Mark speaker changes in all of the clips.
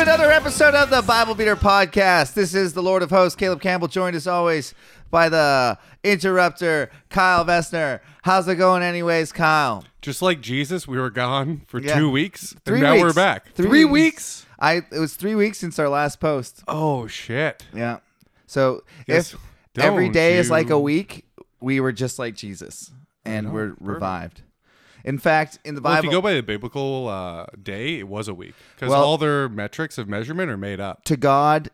Speaker 1: episode of the Bible Beater Podcast. This is the Lord of Hosts, Caleb Campbell, joined as always by the interrupter, Kyle Vessner. How's it going, anyways, Kyle?
Speaker 2: Just like Jesus, we were gone for
Speaker 1: Yeah.
Speaker 2: two weeks,
Speaker 1: Three
Speaker 2: and now
Speaker 1: weeks.
Speaker 2: we're back.
Speaker 1: Three
Speaker 2: Three,
Speaker 1: weeks.
Speaker 2: weeks.
Speaker 1: I it was three weeks since our last post.
Speaker 2: Oh shit!
Speaker 1: Yeah. So
Speaker 2: Yes,
Speaker 1: if every
Speaker 2: don't
Speaker 1: day is like
Speaker 2: you-
Speaker 1: a week, we were just like Jesus, and we're revived. In fact, in the
Speaker 2: Well, if
Speaker 1: Bible,
Speaker 2: you go by the biblical uh, day, it was a week because
Speaker 1: Well-
Speaker 2: all their metrics of measurement are made up.
Speaker 1: to God,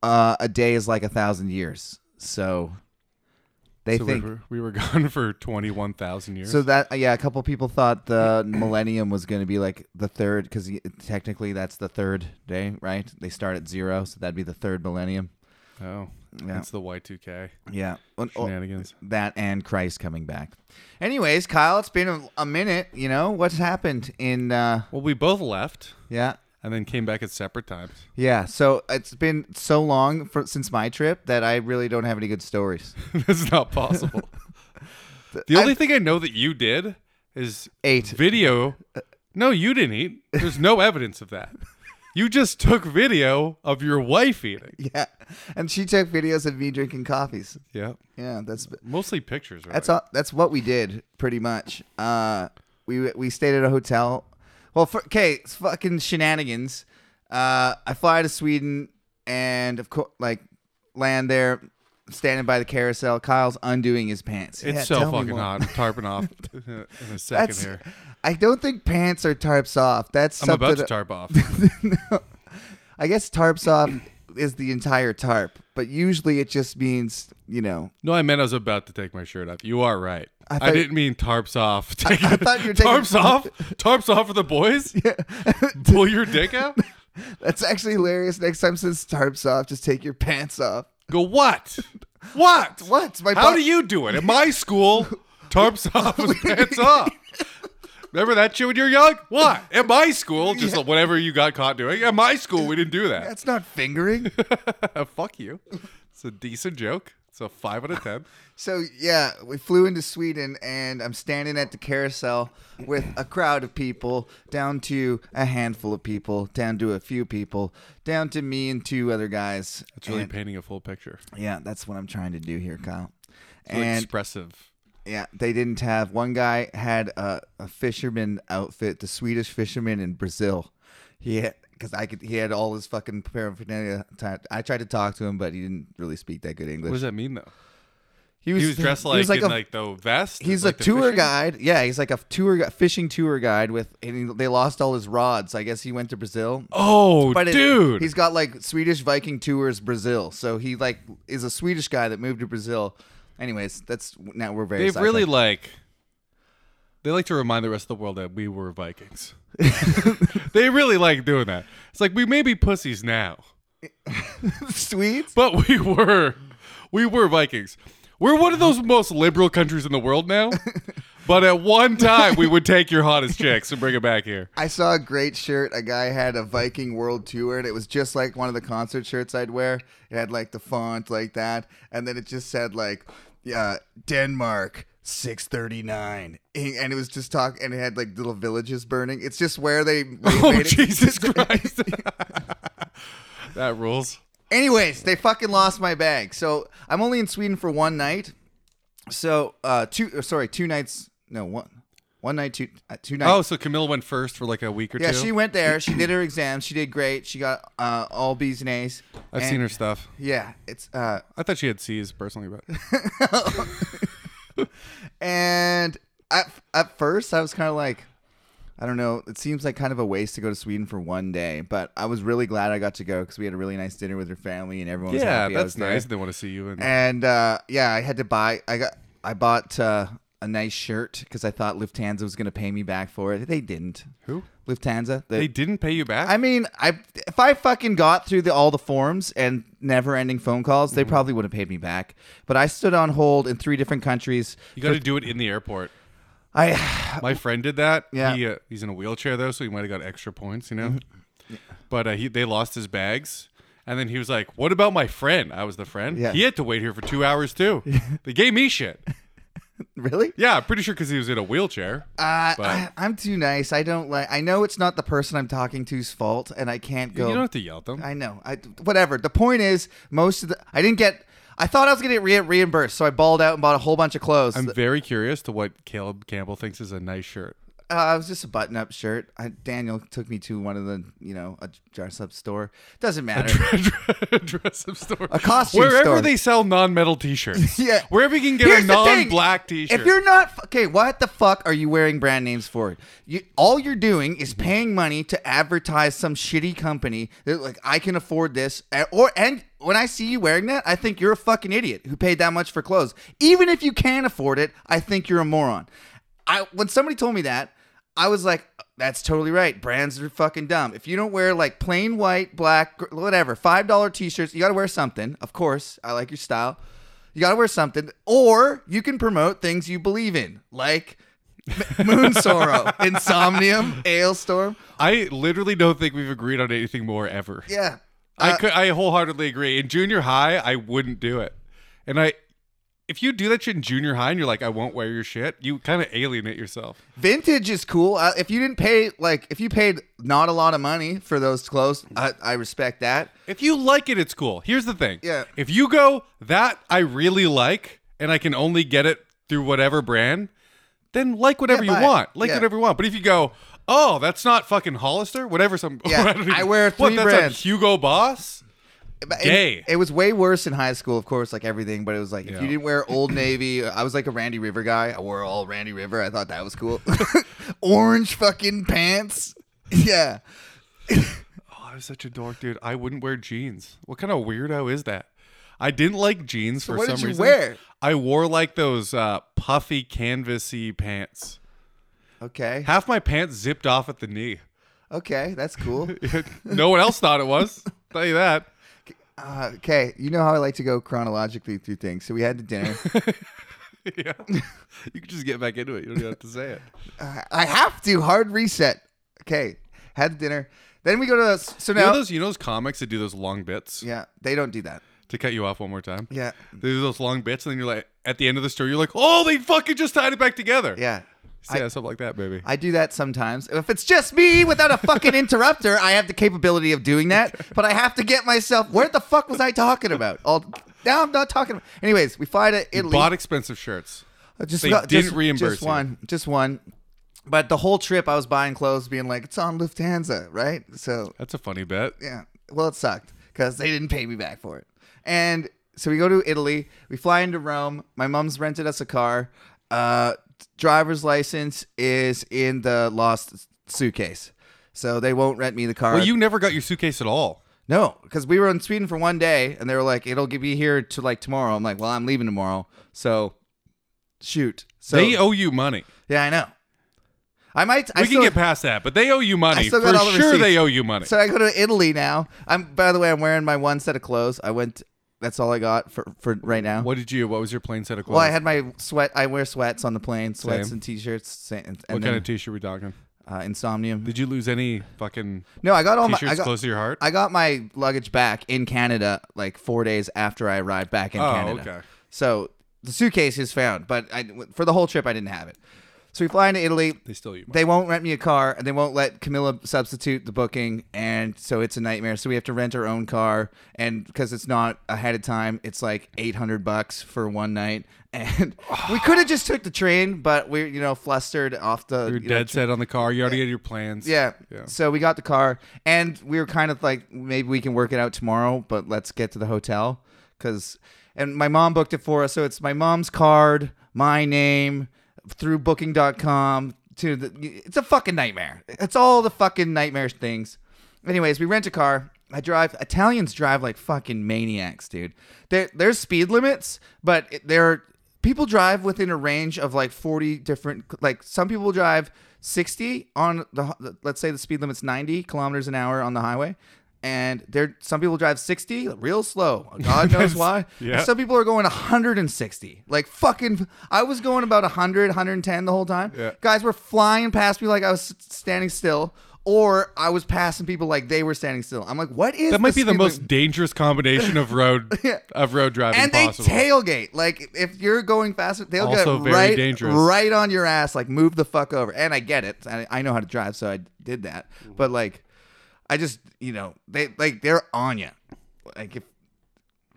Speaker 1: uh, a day is like a thousand years. So they
Speaker 2: so
Speaker 1: think
Speaker 2: we, were, we were gone for twenty-one thousand years.
Speaker 1: So that yeah, a couple people thought the millennium was going to be like the third because technically that's the third day, right? They start at zero, so that'd be the third millennium.
Speaker 2: oh,
Speaker 1: Yeah.
Speaker 2: it's the Y two K
Speaker 1: Yeah, Well, oh,
Speaker 2: shenanigans.
Speaker 1: that and Christ coming back. Anyways, Kyle, it's been a, a minute. You know what's happened in uh,
Speaker 2: Well, we both left
Speaker 1: yeah.
Speaker 2: and then came back at separate times.
Speaker 1: Yeah, so it's been so long for, since my trip that I really don't have any good stories.
Speaker 2: That's not possible. the only thing I know that you did is
Speaker 1: Ate.
Speaker 2: video. No, you didn't eat. There's no evidence of that. You just took video of your wife eating.
Speaker 1: Yeah, and she took videos of me drinking coffees.
Speaker 2: Yeah.
Speaker 1: Yeah, that's
Speaker 2: Mostly pictures, right?
Speaker 1: That's all. That's what we did, pretty much. Uh, we we stayed at a hotel. Well, for, okay, it's fucking shenanigans. Uh, I fly to Sweden and of course, like, land there, standing by the carousel. Kyle's undoing his pants.
Speaker 2: It's
Speaker 1: Yeah,
Speaker 2: so
Speaker 1: tell me
Speaker 2: fucking
Speaker 1: more.
Speaker 2: hot. I'm tarping off in a second
Speaker 1: That's.
Speaker 2: here.
Speaker 1: I don't think pants are tarps off. That's
Speaker 2: I'm
Speaker 1: something.
Speaker 2: about to tarp off.
Speaker 1: no, I guess tarps off is the entire tarp, but usually it just means you know
Speaker 2: No, I meant I was about to take my shirt off. You are right.
Speaker 1: I
Speaker 2: I,
Speaker 1: thought-
Speaker 2: didn't mean tarps off. Take-
Speaker 1: I thought you were taking-
Speaker 2: tarps off. Tarps off for the boys. Pull your dick out.
Speaker 1: That's actually hilarious. Next time, since tarps off, just take your pants off.
Speaker 2: Go what? What?
Speaker 1: What? My
Speaker 2: How
Speaker 1: bo-
Speaker 2: do you do it? At my school, tarps off and pants off. Remember that shit when you were young? What? At my school, just whatever you got caught doing. At my school, we didn't do that.
Speaker 1: That's not fingering.
Speaker 2: Fuck you. It's a decent joke. It's a five out of ten.
Speaker 1: so yeah, we flew into Sweden, and I'm standing at the carousel with a crowd of people, down to a handful of people, down to a few people, down to me and two other guys.
Speaker 2: It's really
Speaker 1: And-
Speaker 2: painting a full picture.
Speaker 1: yeah, that's what I'm trying to do here, Kyle.
Speaker 2: It's really
Speaker 1: And
Speaker 2: expressive.
Speaker 1: yeah, they didn't have one guy had a, a fisherman outfit, the Swedish fisherman in Brazil. He had because I could he had all his fucking paraphernalia. ti- I tried to talk to him, but he didn't really speak that good English.
Speaker 2: What does that mean, though?
Speaker 1: he
Speaker 2: He was dressed like,
Speaker 1: he was like
Speaker 2: in
Speaker 1: a,
Speaker 2: like the vest.
Speaker 1: he's
Speaker 2: like
Speaker 1: a
Speaker 2: the
Speaker 1: tour
Speaker 2: fishing-
Speaker 1: guide. Yeah, he's like a tour gu- fishing tour guide with and he, they lost all his rods. I guess he went to Brazil.
Speaker 2: Oh,
Speaker 1: But it-
Speaker 2: dude.
Speaker 1: he's got like Swedish Viking tours Brazil. So he like is a Swedish guy that moved to Brazil. Anyways, that's now we're very
Speaker 2: They've really
Speaker 1: sidetracked.
Speaker 2: like they like to remind the rest of the world that we were Vikings. they really like doing that. It's like we may be pussies now,
Speaker 1: Swedes.
Speaker 2: but we were we were Vikings. We're one of those most liberal countries in the world now. But at one time, we would take your hottest chicks and bring it back here.
Speaker 1: I saw a great shirt. A guy had a Viking World Tour, and it was just like one of the concert shirts I'd wear. It had like the font like that, and then it just said like, yeah, Denmark. 639 In- and it was just talk and it had like little villages burning it's just where they
Speaker 2: Oh
Speaker 1: made it.
Speaker 2: Jesus Christ! that rules.
Speaker 1: anyways they fucking lost my bag so i'm only in sweden for one night so uh two or sorry two nights no one one night two uh, two nights
Speaker 2: Oh, so Camilla went first for like a week or
Speaker 1: Yeah,
Speaker 2: two.
Speaker 1: she went there. She did her exams. She did great. She got uh, all B's and A's.
Speaker 2: I've
Speaker 1: And-
Speaker 2: seen her stuff.
Speaker 1: Yeah, it's uh,
Speaker 2: I thought she had C's personally, but
Speaker 1: and at at first I was kind of like, I don't know. It seems like kind of a waste to go to Sweden for one day, but I was really glad I got to go because we had a really nice dinner with her family and everyone. was
Speaker 2: yeah,
Speaker 1: happy I was
Speaker 2: that's
Speaker 1: there.
Speaker 2: nice. They want to see you. And
Speaker 1: And uh, yeah, I had to buy. I got. I bought uh, a nice shirt because I thought Lufthansa was going to pay me back for it. They didn't.
Speaker 2: who?
Speaker 1: Lufthansa. the-
Speaker 2: They didn't pay you back.
Speaker 1: I mean, I if I fucking got through the, all the forms and never-ending phone calls,
Speaker 2: Mm-hmm.
Speaker 1: they probably would have paid me back. But I stood on hold in three different countries.
Speaker 2: you got to do it in the airport.
Speaker 1: I
Speaker 2: My friend did that.
Speaker 1: Yeah.
Speaker 2: He, uh, he's in a wheelchair though, so he might have got extra points. You know.
Speaker 1: Mm-hmm.
Speaker 2: But uh, he they lost his bags, and then he was like, "What about my friend? I was the friend.
Speaker 1: Yeah.
Speaker 2: He had to wait here for two hours too. they gave me shit.
Speaker 1: really?
Speaker 2: Yeah, I'm pretty sure because he was in a wheelchair.
Speaker 1: Uh,
Speaker 2: But-
Speaker 1: I, I'm too nice. I don't like. I know it's not the person I'm talking to's fault, and I can't go.
Speaker 2: You don't have to yell at them.
Speaker 1: I know. I whatever. The point is, most of the I didn't get. I thought I was gonna get re- reimbursed, so I balled out and bought a whole bunch of clothes.
Speaker 2: I'm very curious to what Caleb Campbell thinks is a nice shirt.
Speaker 1: Uh, I was just a button-up shirt. I, Daniel took me to one of the, you know, a dress-up store. Doesn't matter.
Speaker 2: dress up store.
Speaker 1: A costume
Speaker 2: Wherever
Speaker 1: store.
Speaker 2: they sell non metal t shirts.
Speaker 1: Yeah.
Speaker 2: Wherever you can get
Speaker 1: Here's
Speaker 2: a
Speaker 1: the thing.
Speaker 2: non black t
Speaker 1: If
Speaker 2: shirt.
Speaker 1: you're not okay, what the fuck are you wearing brand names for? You all you're doing is
Speaker 2: Mm-hmm.
Speaker 1: paying money to advertise some shitty company that like I can afford this. and- Or and when I see you wearing that, I think you're a fucking idiot who paid that much for clothes. Even if you can afford it, I think you're a moron. I when somebody told me that, I was like, that's totally right. Brands are fucking dumb. If you don't wear like plain white, black, gr- whatever, five dollar t-shirts, you got to wear something. Of course, I like your style. You got to wear something, or you can promote things you believe in, like M- Moon Sorrow, Insomnium, Ailstorm.
Speaker 2: I literally don't think we've agreed on anything more ever.
Speaker 1: Yeah, uh,
Speaker 2: I could, I wholeheartedly agree. In junior high, I wouldn't do it. And I, if you do that shit in junior high and you're like, I won't wear your shit, you kind of alienate yourself.
Speaker 1: vintage is cool. Uh, if you didn't pay like if you paid not a lot of money for those clothes, I, I respect that.
Speaker 2: If you like it, it's cool. Here's the thing.
Speaker 1: Yeah.
Speaker 2: If you go that I really like and I can only get it through whatever brand, then like whatever
Speaker 1: buy
Speaker 2: you
Speaker 1: it.
Speaker 2: want. Like
Speaker 1: Yeah.
Speaker 2: whatever you want. But if you go, oh, that's not fucking Hollister, whatever. Some
Speaker 1: Yeah,
Speaker 2: don't even-
Speaker 1: I wear
Speaker 2: what,
Speaker 1: three
Speaker 2: that's
Speaker 1: brands.
Speaker 2: A Hugo Boss.
Speaker 1: But it-
Speaker 2: Gay.
Speaker 1: It, was way worse in high school, of course, like everything. But it was like if
Speaker 2: Yeah.
Speaker 1: you didn't wear Old Navy, I was like a Randy River guy. I wore all Randy River. I thought that was cool. Orange fucking pants. Yeah.
Speaker 2: Oh, I was such a dork, dude. I wouldn't wear jeans. What kind of weirdo is that? I didn't like jeans for
Speaker 1: what
Speaker 2: some
Speaker 1: did you
Speaker 2: reason.
Speaker 1: wear?
Speaker 2: I wore like those uh, puffy canvasy pants.
Speaker 1: Okay.
Speaker 2: Half my pants zipped off at the knee.
Speaker 1: Okay, that's cool.
Speaker 2: no one else thought it was. Tell you that.
Speaker 1: Uh, okay, you know how I like to go chronologically through things. So we had the dinner.
Speaker 2: yeah. You can just get back into it. You don't even have to say it.
Speaker 1: Uh, I have to hard reset. Okay, had the dinner. Then we go to the, so
Speaker 2: You know
Speaker 1: now.
Speaker 2: those you know those comics that do those long bits
Speaker 1: yeah, they don't do that.
Speaker 2: to cut you off one more time?
Speaker 1: Yeah,
Speaker 2: They do those long bits and then you're like at the end of the story you're like, "Oh, they fucking just tied it back together."
Speaker 1: yeah.
Speaker 2: So, yeah, something like that, baby.
Speaker 1: I do that sometimes. If it's just me without a fucking interrupter, I have the capability of doing that. But I have to get myself. Where the fuck was I talking about? All now I'm not talking. About, anyways, we fly to Italy.
Speaker 2: Bought expensive shirts.
Speaker 1: Uh, just
Speaker 2: They
Speaker 1: got-
Speaker 2: didn't
Speaker 1: just,
Speaker 2: reimburse
Speaker 1: Just
Speaker 2: you.
Speaker 1: one. Just one. But the whole trip, I was buying clothes, being like, "It's on Lufthansa, right?" So
Speaker 2: That's a funny bet.
Speaker 1: yeah. Well, it sucked because they didn't pay me back for it. And so we go to Italy. We fly into Rome. My mom's rented us a car. Uh, driver's license is in the lost suitcase. So they won't rent me the car.
Speaker 2: Well, you never got your suitcase at all.
Speaker 1: no, because we were in Sweden for one day, and they were like, "It'll be here to like tomorrow." I'm like, "Well, I'm leaving tomorrow." So, shoot. So
Speaker 2: they owe you money.
Speaker 1: yeah, I know. I might. I
Speaker 2: We
Speaker 1: still-
Speaker 2: can get past that, but they owe you money.
Speaker 1: I still
Speaker 2: For
Speaker 1: got all the
Speaker 2: sure they
Speaker 1: receipts.
Speaker 2: owe you money.
Speaker 1: So I go to Italy now. I'm by the way, I'm wearing my one set of clothes. I went that's all I got for, for right now.
Speaker 2: what did you what was your plain set of clothes?
Speaker 1: Well, I had my sweat. I wear sweats on the plane, sweats
Speaker 2: Same.
Speaker 1: and t-shirts. sa- And, and
Speaker 2: what
Speaker 1: then,
Speaker 2: kind of t-shirt we talking?
Speaker 1: uh, insomnium?
Speaker 2: Did you lose any fucking
Speaker 1: No, I got all my.
Speaker 2: t-shirts
Speaker 1: I got,
Speaker 2: close to your heart?
Speaker 1: I got my luggage back in Canada like four days after I arrived back in
Speaker 2: Oh,
Speaker 1: Canada.
Speaker 2: okay.
Speaker 1: So the suitcase is found, but I, for the whole trip I didn't have it. So we fly into Italy.
Speaker 2: they still owe you money.
Speaker 1: They won't rent me a car, and they won't let Camilla substitute the booking, and so it's a nightmare. So we have to rent our own car, and because it's not ahead of time, it's like eight hundred bucks for one night, and we could have just took the train, but we're you know flustered off the
Speaker 2: You're
Speaker 1: you know,
Speaker 2: dead set on the car. You already had your plans.
Speaker 1: yeah.
Speaker 2: Yeah.
Speaker 1: So we got the car, and we were kind of like, maybe we can work it out tomorrow, but let's get to the hotel because. And my mom booked it for us, so it's my mom's card, my name through Booking.com. To the, it's a fucking nightmare. It's all the fucking nightmare things. Anyways, we rent a car. I drive. Italians drive like fucking maniacs, dude. There, there's speed limits, but it- there are people drive within a range of like 40 different. Like some people drive 60 on the let's say the speed limit's 90 kilometers an hour on the highway. and there some people drive 60 real slow god knows why
Speaker 2: Yeah.
Speaker 1: And some people are going 160 like fucking i was going about 100 110 the whole time
Speaker 2: Yeah.
Speaker 1: guys were flying past me like i was s- standing still or i was passing people like they were standing still i'm like what is
Speaker 2: That might be the
Speaker 1: speed limit?
Speaker 2: most dangerous combination of road
Speaker 1: Yeah.
Speaker 2: of road driving
Speaker 1: and they
Speaker 2: possible.
Speaker 1: tailgate like if you're going faster they'll
Speaker 2: Also
Speaker 1: get
Speaker 2: very
Speaker 1: right
Speaker 2: dangerous.
Speaker 1: right on your ass like move the fuck over and i get it I, I know how to drive so i did that
Speaker 2: Mm.
Speaker 1: but like i just you know they like they're on you like if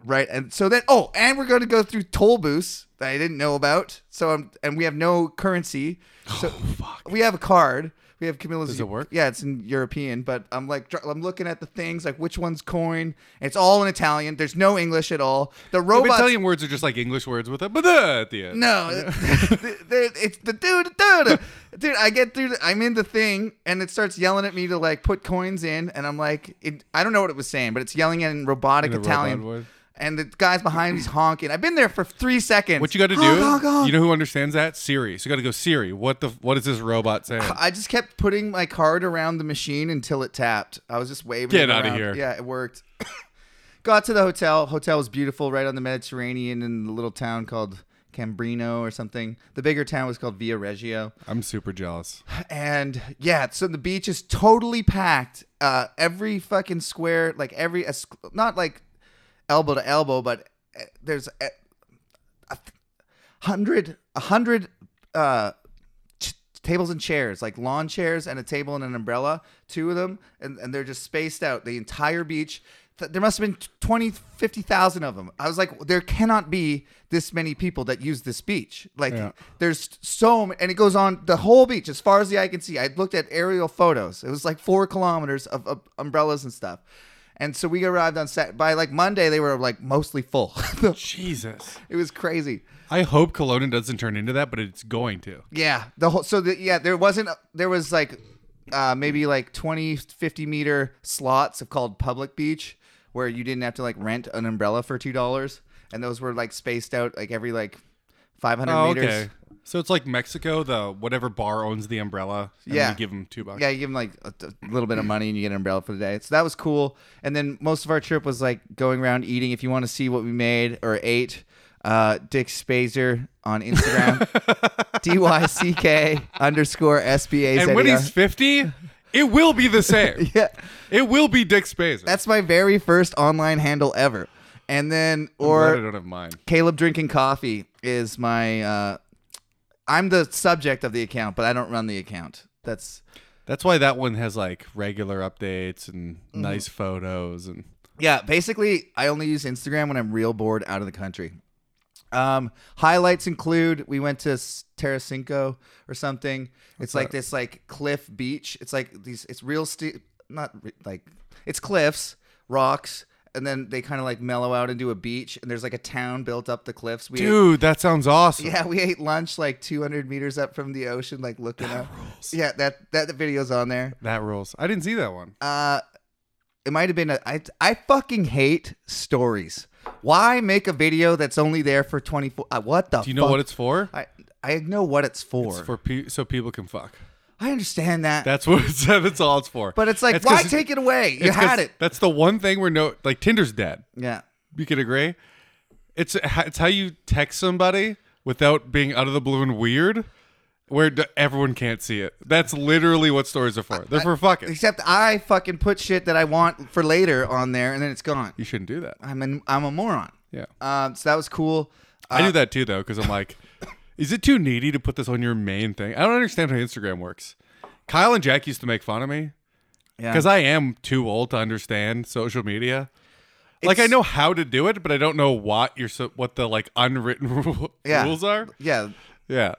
Speaker 1: right and so then oh and we're going to go through toll booths that i didn't know about so i'm and we have no currency so we have a card we have Camilla's.
Speaker 2: Oh, Does it work?
Speaker 1: Yeah, it's in European, but I'm like, dr- I'm looking at the things like which one's coin. And it's all in Italian. There's no English at all. The
Speaker 2: But
Speaker 1: robots
Speaker 2: Italian words are just like English words with a but uh, at the end.
Speaker 1: no, it- there- it's the dude, dude, dude. I get through. The, I'm in the thing, and it starts yelling at me to like put coins in, and I'm like, it, I don't know what it was saying, but it's yelling in robotic
Speaker 2: In a robot
Speaker 1: Italian.
Speaker 2: voice.
Speaker 1: and the guys behind me's honking. I've been there for three seconds.
Speaker 2: What you got to do?
Speaker 1: Honk, honk, honk.
Speaker 2: You know who understands that? Siri. So you got to go Siri. What the? What is this robot saying?
Speaker 1: I just kept putting my card around the machine until it tapped. I was just waving.
Speaker 2: Get
Speaker 1: it
Speaker 2: outta
Speaker 1: around.
Speaker 2: here.
Speaker 1: Yeah, it worked. Got to the hotel. Hotel was beautiful, right on the Mediterranean, in the little town called Cambrino or something. The bigger town was called Via Reggio.
Speaker 2: I'm super jealous.
Speaker 1: and yeah, so the beach is totally packed. Uh, every fucking square, like every, es- not like elbow to elbow, but uh, there's a, a th- hundred, a hundred uh, ch- tables and chairs, like lawn chairs and a table and an umbrella, two of them, and, and they're just spaced out the entire beach. Th- There must have been 20, 50,000 of them. I was like, there cannot be this many people that use this beach. Like,
Speaker 2: Yeah.
Speaker 1: there's so many, and it goes on the whole beach as far as the eye can see. I looked at aerial photos. It was like four kilometers of, of umbrellas and stuff. And so we arrived on set by like Monday. They were like mostly full.
Speaker 2: Jesus.
Speaker 1: it was crazy.
Speaker 2: I hope Kelowna doesn't turn into that, but it's going to.
Speaker 1: Yeah, the whole so the, yeah, there wasn't there was like uh maybe like 20 50 meter slots of called public beach where you didn't have to like rent an umbrella for $2 and those were like spaced out like every like 500
Speaker 2: Oh,
Speaker 1: meters.
Speaker 2: okay. So it's like Mexico, the whatever bar owns the umbrella. And
Speaker 1: Yeah.
Speaker 2: You give them two bucks.
Speaker 1: Yeah, you give them like a, a little bit of money and you get an umbrella for the day. So that was cool. And then most of our trip was like going around eating. If you want to see what we made or ate, uh, Dick Spazer on Instagram, D Y C K underscore S B A Z. E
Speaker 2: And when he's 50, it will be the same.
Speaker 1: yeah,
Speaker 2: It will be Dick Spazer.
Speaker 1: that's my very first online handle ever. And then
Speaker 2: Glad I
Speaker 1: or
Speaker 2: don't have mine.
Speaker 1: Caleb drinking coffee is my. Uh, I'm the subject of the account, but I don't run the account. That's
Speaker 2: That's why that one has like regular updates and
Speaker 1: Mm-hmm.
Speaker 2: nice photos and
Speaker 1: Yeah, basically, I only use Instagram when I'm real bored out of the country. Um, highlights include we went to S- Terracinco or something. it's like this like cliff beach. It's like these. It's real steep. Not re- like it's cliffs, rocks, and then they kind of like mellow out into a beach. And there's like a town built up the cliffs. We ate-
Speaker 2: Dude, that sounds awesome.
Speaker 1: yeah, we ate lunch like 200 meters up from the ocean, like looking up. Yeah, that that video's on there.
Speaker 2: That rules. I didn't see that one.
Speaker 1: Uh, it might have been a, I, I fucking hate stories. Why make a video that's only there for 24 uh, what the
Speaker 2: Do you know
Speaker 1: fuck?
Speaker 2: what it's for?
Speaker 1: I I know what it's for.
Speaker 2: It's for pe- so people can fuck.
Speaker 1: I understand that.
Speaker 2: That's what it's that's all it's for.
Speaker 1: but it's like why take it away? You had it.
Speaker 2: That's the one thing where no like Tinder's dead.
Speaker 1: Yeah.
Speaker 2: You can agree. It's it's how you text somebody without being out of the blue and weird, where d- everyone can't see it. That's literally what stories are for. They're for fucking.
Speaker 1: Except I fucking put shit that I want for later on there and then it's gone.
Speaker 2: You shouldn't do that.
Speaker 1: I'm an, I'm a moron.
Speaker 2: Yeah.
Speaker 1: Um so that was cool. Uh,
Speaker 2: I do that too though, because I'm like, is it too needy to put this on your main thing? I don't understand how Instagram works. Kyle and Jack used to make fun of me
Speaker 1: Yeah.
Speaker 2: because I am too old to understand social media. like I
Speaker 1: It's-
Speaker 2: know how to do it, but I don't know what your so, what the like unwritten rule,
Speaker 1: Yeah.
Speaker 2: rules are.
Speaker 1: yeah,
Speaker 2: Yeah.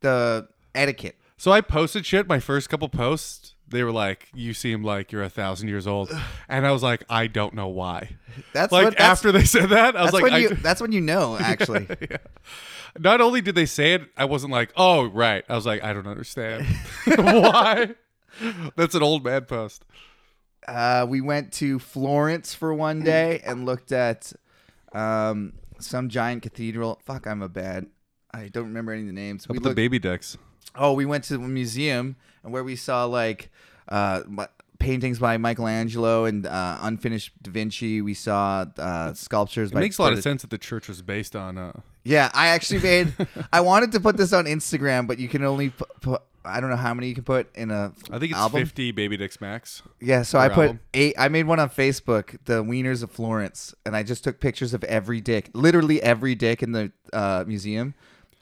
Speaker 1: the etiquette.
Speaker 2: So I posted shit. My first couple posts, they were like, "You seem like you're a thousand years old," and I was like, "I don't know why."
Speaker 1: That's
Speaker 2: like
Speaker 1: what that's,
Speaker 2: after they said that, I was
Speaker 1: that's
Speaker 2: like,
Speaker 1: when
Speaker 2: I,
Speaker 1: you that's when you know actually.
Speaker 2: "Not only did they say it, I wasn't like, oh right." I was like, "I don't understand why." That's an old man post.
Speaker 1: Uh, we went to Florence for
Speaker 2: Hmm.
Speaker 1: one day and looked at um, some giant cathedral. Fuck, I'm a bad. I don't remember any of the names. We
Speaker 2: With the
Speaker 1: looked,
Speaker 2: baby dicks.
Speaker 1: oh, we went to a museum and where we saw like uh, mu- paintings by Michelangelo and uh, unfinished Da Vinci. We saw uh, sculptures.
Speaker 2: It
Speaker 1: by
Speaker 2: makes a lot of
Speaker 1: Berti-
Speaker 2: sense that the church was based on. Uh,
Speaker 1: Yeah, I actually made. I wanted to put this on Instagram, but you can only put. I don't know how many you can put in a.
Speaker 2: I think it's
Speaker 1: album.
Speaker 2: 50 Baby Dicks Max.
Speaker 1: Yeah, so I
Speaker 2: per
Speaker 1: put
Speaker 2: album.
Speaker 1: eight. I made one on Facebook, the Wieners of Florence, and I just took pictures of every dick, literally every dick in the uh, museum.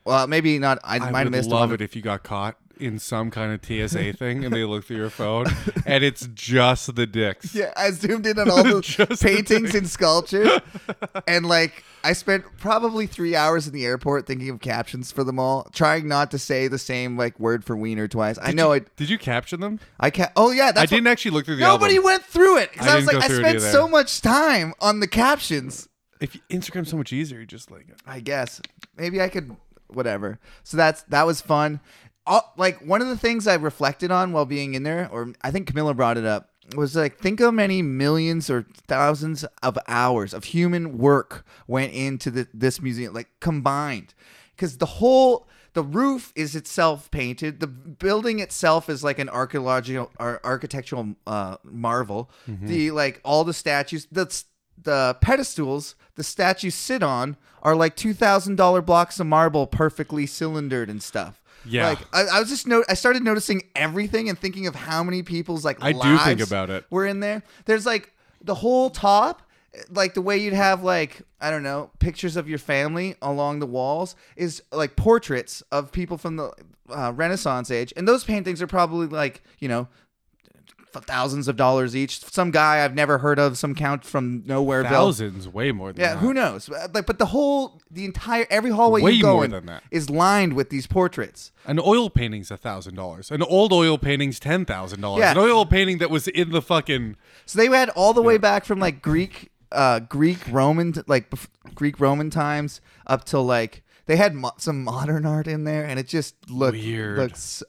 Speaker 1: Well, maybe not. I,
Speaker 2: I
Speaker 1: might have
Speaker 2: would
Speaker 1: missed
Speaker 2: love
Speaker 1: one.
Speaker 2: it if you got caught in some kind of TSA thing and they look through your phone and it's just the dicks.
Speaker 1: Yeah, I zoomed in on all
Speaker 2: Just the
Speaker 1: the paintings and sculptures, and like I spent probably three hours in the airport thinking of captions for them all, trying not to say the same like word for wiener twice. I know it.
Speaker 2: Did you caption them?
Speaker 1: I can't. Oh yeah, that's
Speaker 2: I
Speaker 1: what-
Speaker 2: didn't actually look through the
Speaker 1: Nobody
Speaker 2: album.
Speaker 1: went through it because
Speaker 2: I
Speaker 1: I, was
Speaker 2: didn't
Speaker 1: like,
Speaker 2: go
Speaker 1: I
Speaker 2: through it
Speaker 1: spent
Speaker 2: either.
Speaker 1: so much time on the captions.
Speaker 2: If Instagram's so much easier, you just like
Speaker 1: I guess maybe I could whatever. So that's that was fun. All, like one of the things I reflected on while being in there, or I think Camilla brought it up, was like think how many millions or thousands of hours of human work went into the, this museum, like combined, because the whole the roof is itself painted. The building itself is like an archaeological or architectural uh, marvel. The like all the statues, the s- the pedestals the statues sit on are like two thousand dollar blocks of marble, perfectly cylindered and stuff.
Speaker 2: Yeah.
Speaker 1: like I, I was just no, I started noticing everything and thinking of how many people's like
Speaker 2: I do think
Speaker 1: lives
Speaker 2: about it.
Speaker 1: were in there. There's like the whole top, like the way you'd have like I don't know pictures of your family along the walls is like portraits of people from the uh, Renaissance age, and those paintings are probably like you know f- thousands of dollars each. Some guy I've never heard of, some count from nowhere.
Speaker 2: thousands, way more than
Speaker 1: Yeah,
Speaker 2: that.
Speaker 1: who knows? Uh, Like, but the whole, the entire, every hallway
Speaker 2: Way
Speaker 1: you
Speaker 2: more
Speaker 1: go in
Speaker 2: than that.
Speaker 1: is lined with these portraits.
Speaker 2: An oil painting's a thousand dollars. An old oil painting's ten thousand dollars.
Speaker 1: Yeah.
Speaker 2: An oil painting that was in the fucking
Speaker 1: So they had all the way back from like Greek, uh, Greek Roman, like bef- Greek Roman times up till like they had mo- some modern art in there, and it just looked
Speaker 2: Weird.
Speaker 1: Looks.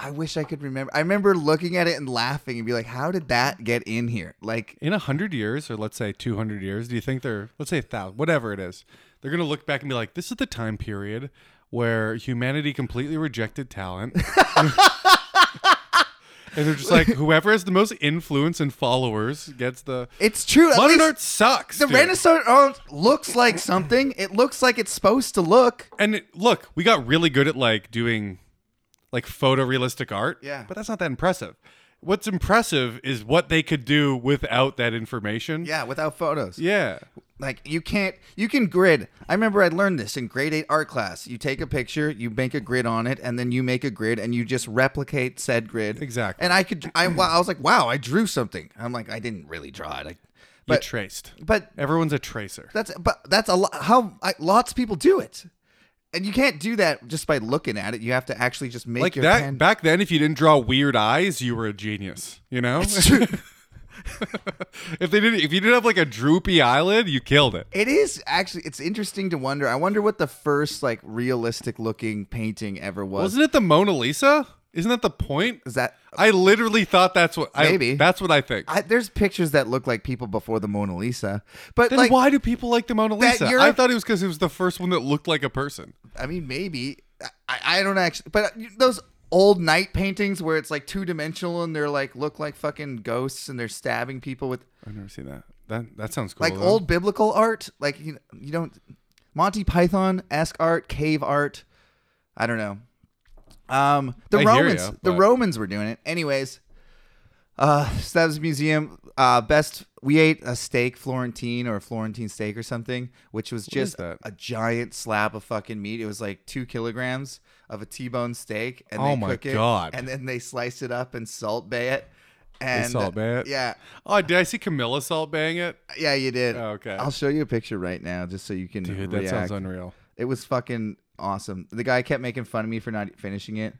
Speaker 1: I wish I could remember. I remember looking at it and laughing and be like, "How did that get in here?" Like,
Speaker 2: in a hundred years, or let's say two hundred years. Do you think they're let's say a thousand, whatever it is, they're gonna look back and be like, "This is the time period where humanity completely rejected talent." And they're just like, whoever has the most influence and followers gets the.
Speaker 1: it's true. At
Speaker 2: Modern
Speaker 1: least
Speaker 2: art sucks.
Speaker 1: the
Speaker 2: dude.
Speaker 1: Renaissance art looks like something. It looks like it's supposed to look.
Speaker 2: and it- look, we got really good at like doing like photorealistic art.
Speaker 1: Yeah.
Speaker 2: But that's not that impressive. What's impressive is what they could do without that information.
Speaker 1: Yeah, without photos.
Speaker 2: Yeah.
Speaker 1: Like you can't you can grid. I remember I learned this in grade 8 art class. You take a picture, you make a grid on it, and then you make a grid and you just replicate said grid.
Speaker 2: Exactly.
Speaker 1: And I could I wow, I was like, "Wow, I drew something." I'm like, "I didn't really draw it." I,
Speaker 2: you
Speaker 1: but
Speaker 2: traced.
Speaker 1: but
Speaker 2: Everyone's a tracer.
Speaker 1: that's but that's a lot how I, lots of people do it. And you can't do that just by looking at it. You have to actually just make
Speaker 2: Like
Speaker 1: your
Speaker 2: that
Speaker 1: pen.
Speaker 2: back then, if you didn't draw weird eyes, you were a genius. You know?
Speaker 1: true.
Speaker 2: if they didn't if you didn't have like a droopy eyelid, you killed it.
Speaker 1: It is actually it's interesting to wonder. I wonder what the first like realistic looking painting ever was.
Speaker 2: Wasn't it the Mona Lisa? Isn't that the point?
Speaker 1: Is that
Speaker 2: I literally thought that's what I,
Speaker 1: Maybe.
Speaker 2: that's what I think.
Speaker 1: I, there's pictures that look like people before the Mona Lisa, but
Speaker 2: Then
Speaker 1: like
Speaker 2: why do people like the Mona
Speaker 1: That
Speaker 2: Lisa?
Speaker 1: you're-
Speaker 2: I thought it was because it was the first one that looked like a person.
Speaker 1: I mean maybe I, I don't actually, but uh, those old night paintings where it's like two dimensional and they're like look like fucking ghosts and they're stabbing people with
Speaker 2: I've never seen that. That that sounds cool.
Speaker 1: like
Speaker 2: though.
Speaker 1: old biblical art, like you you don't Monty Python esque art, cave art. I don't know. Um, the
Speaker 2: I hear
Speaker 1: Romans,
Speaker 2: ya,
Speaker 1: the
Speaker 2: but-
Speaker 1: Romans were doing it, anyways. Uh, so that was a museum. Uh, best we ate a steak Florentine or a Florentine steak or something, which was
Speaker 2: is
Speaker 1: just
Speaker 2: that?
Speaker 1: a giant slab of fucking meat. It was like two kilograms of a T-bone steak, and
Speaker 2: Oh
Speaker 1: they
Speaker 2: my
Speaker 1: cook it,
Speaker 2: God.
Speaker 1: and then they slice it up and salt bay it. And
Speaker 2: salt bay it?
Speaker 1: yeah,
Speaker 2: Oh, did I see Camilla salt bang it?
Speaker 1: yeah, you did.
Speaker 2: Oh, okay.
Speaker 1: I'll show you a picture right now just so you can
Speaker 2: Dude, that
Speaker 1: react.
Speaker 2: sounds unreal.
Speaker 1: it was fucking awesome. The guy kept making fun of me for not finishing it.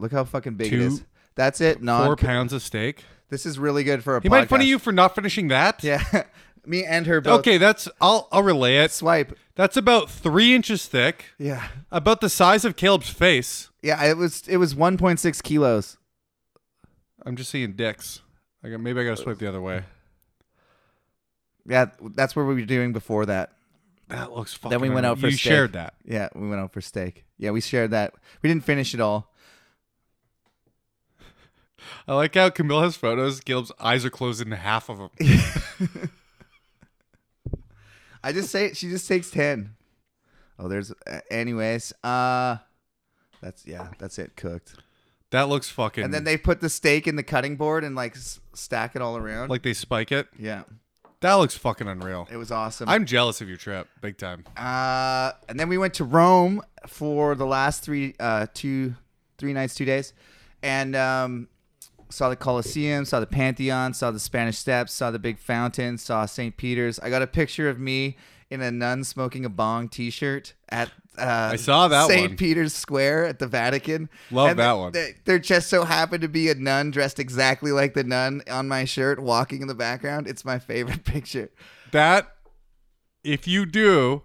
Speaker 1: Look how fucking big
Speaker 2: Two-
Speaker 1: it is. That's it.
Speaker 2: Four
Speaker 1: Non.
Speaker 2: pounds of steak.
Speaker 1: this is really good for a
Speaker 2: He
Speaker 1: podcast.
Speaker 2: made fun of you for not finishing that.
Speaker 1: Yeah. me and her both.
Speaker 2: Okay, that's I'll I'll relay it.
Speaker 1: Swipe.
Speaker 2: That's about three inches thick,
Speaker 1: Yeah.
Speaker 2: about the size of Caleb's face.
Speaker 1: Yeah. It was. It was 1.6 kilos.
Speaker 2: I'm just seeing dicks. I got, maybe I gotta swipe the other way.
Speaker 1: Yeah. That's what we were doing before that.
Speaker 2: That looks fucking.
Speaker 1: Then we went
Speaker 2: unreal.
Speaker 1: out for
Speaker 2: You
Speaker 1: steak.
Speaker 2: shared that.
Speaker 1: Yeah, we went out for steak. Yeah, we shared that. We didn't finish it all.
Speaker 2: I like how Camille has photos. Caleb's eyes are closed in half of them.
Speaker 1: I just say she just takes ten. Oh, there's. uh, Anyways, uh, that's yeah, that's it cooked.
Speaker 2: That looks fucking.
Speaker 1: And then they put the steak in the cutting board and like s- stack it all around.
Speaker 2: like they spike it.
Speaker 1: yeah,
Speaker 2: That looks fucking unreal.
Speaker 1: it was awesome.
Speaker 2: I'm jealous of your trip, big time.
Speaker 1: Uh, and then we went to Rome for the last three, uh, two, three nights, two days, and um, saw the Colosseum, saw the Pantheon, saw the Spanish Steps, saw the big fountain, saw St. Peter's. I got a picture of me in a nun smoking a bong T-shirt at. Uh, I
Speaker 2: saw that
Speaker 1: St.
Speaker 2: one.
Speaker 1: Peter's Square at the Vatican.
Speaker 2: Love
Speaker 1: And
Speaker 2: that
Speaker 1: th-
Speaker 2: one.
Speaker 1: th- there just so happened to be a nun dressed exactly like the nun on my shirt, walking in the background. It's my favorite picture.
Speaker 2: That, if you do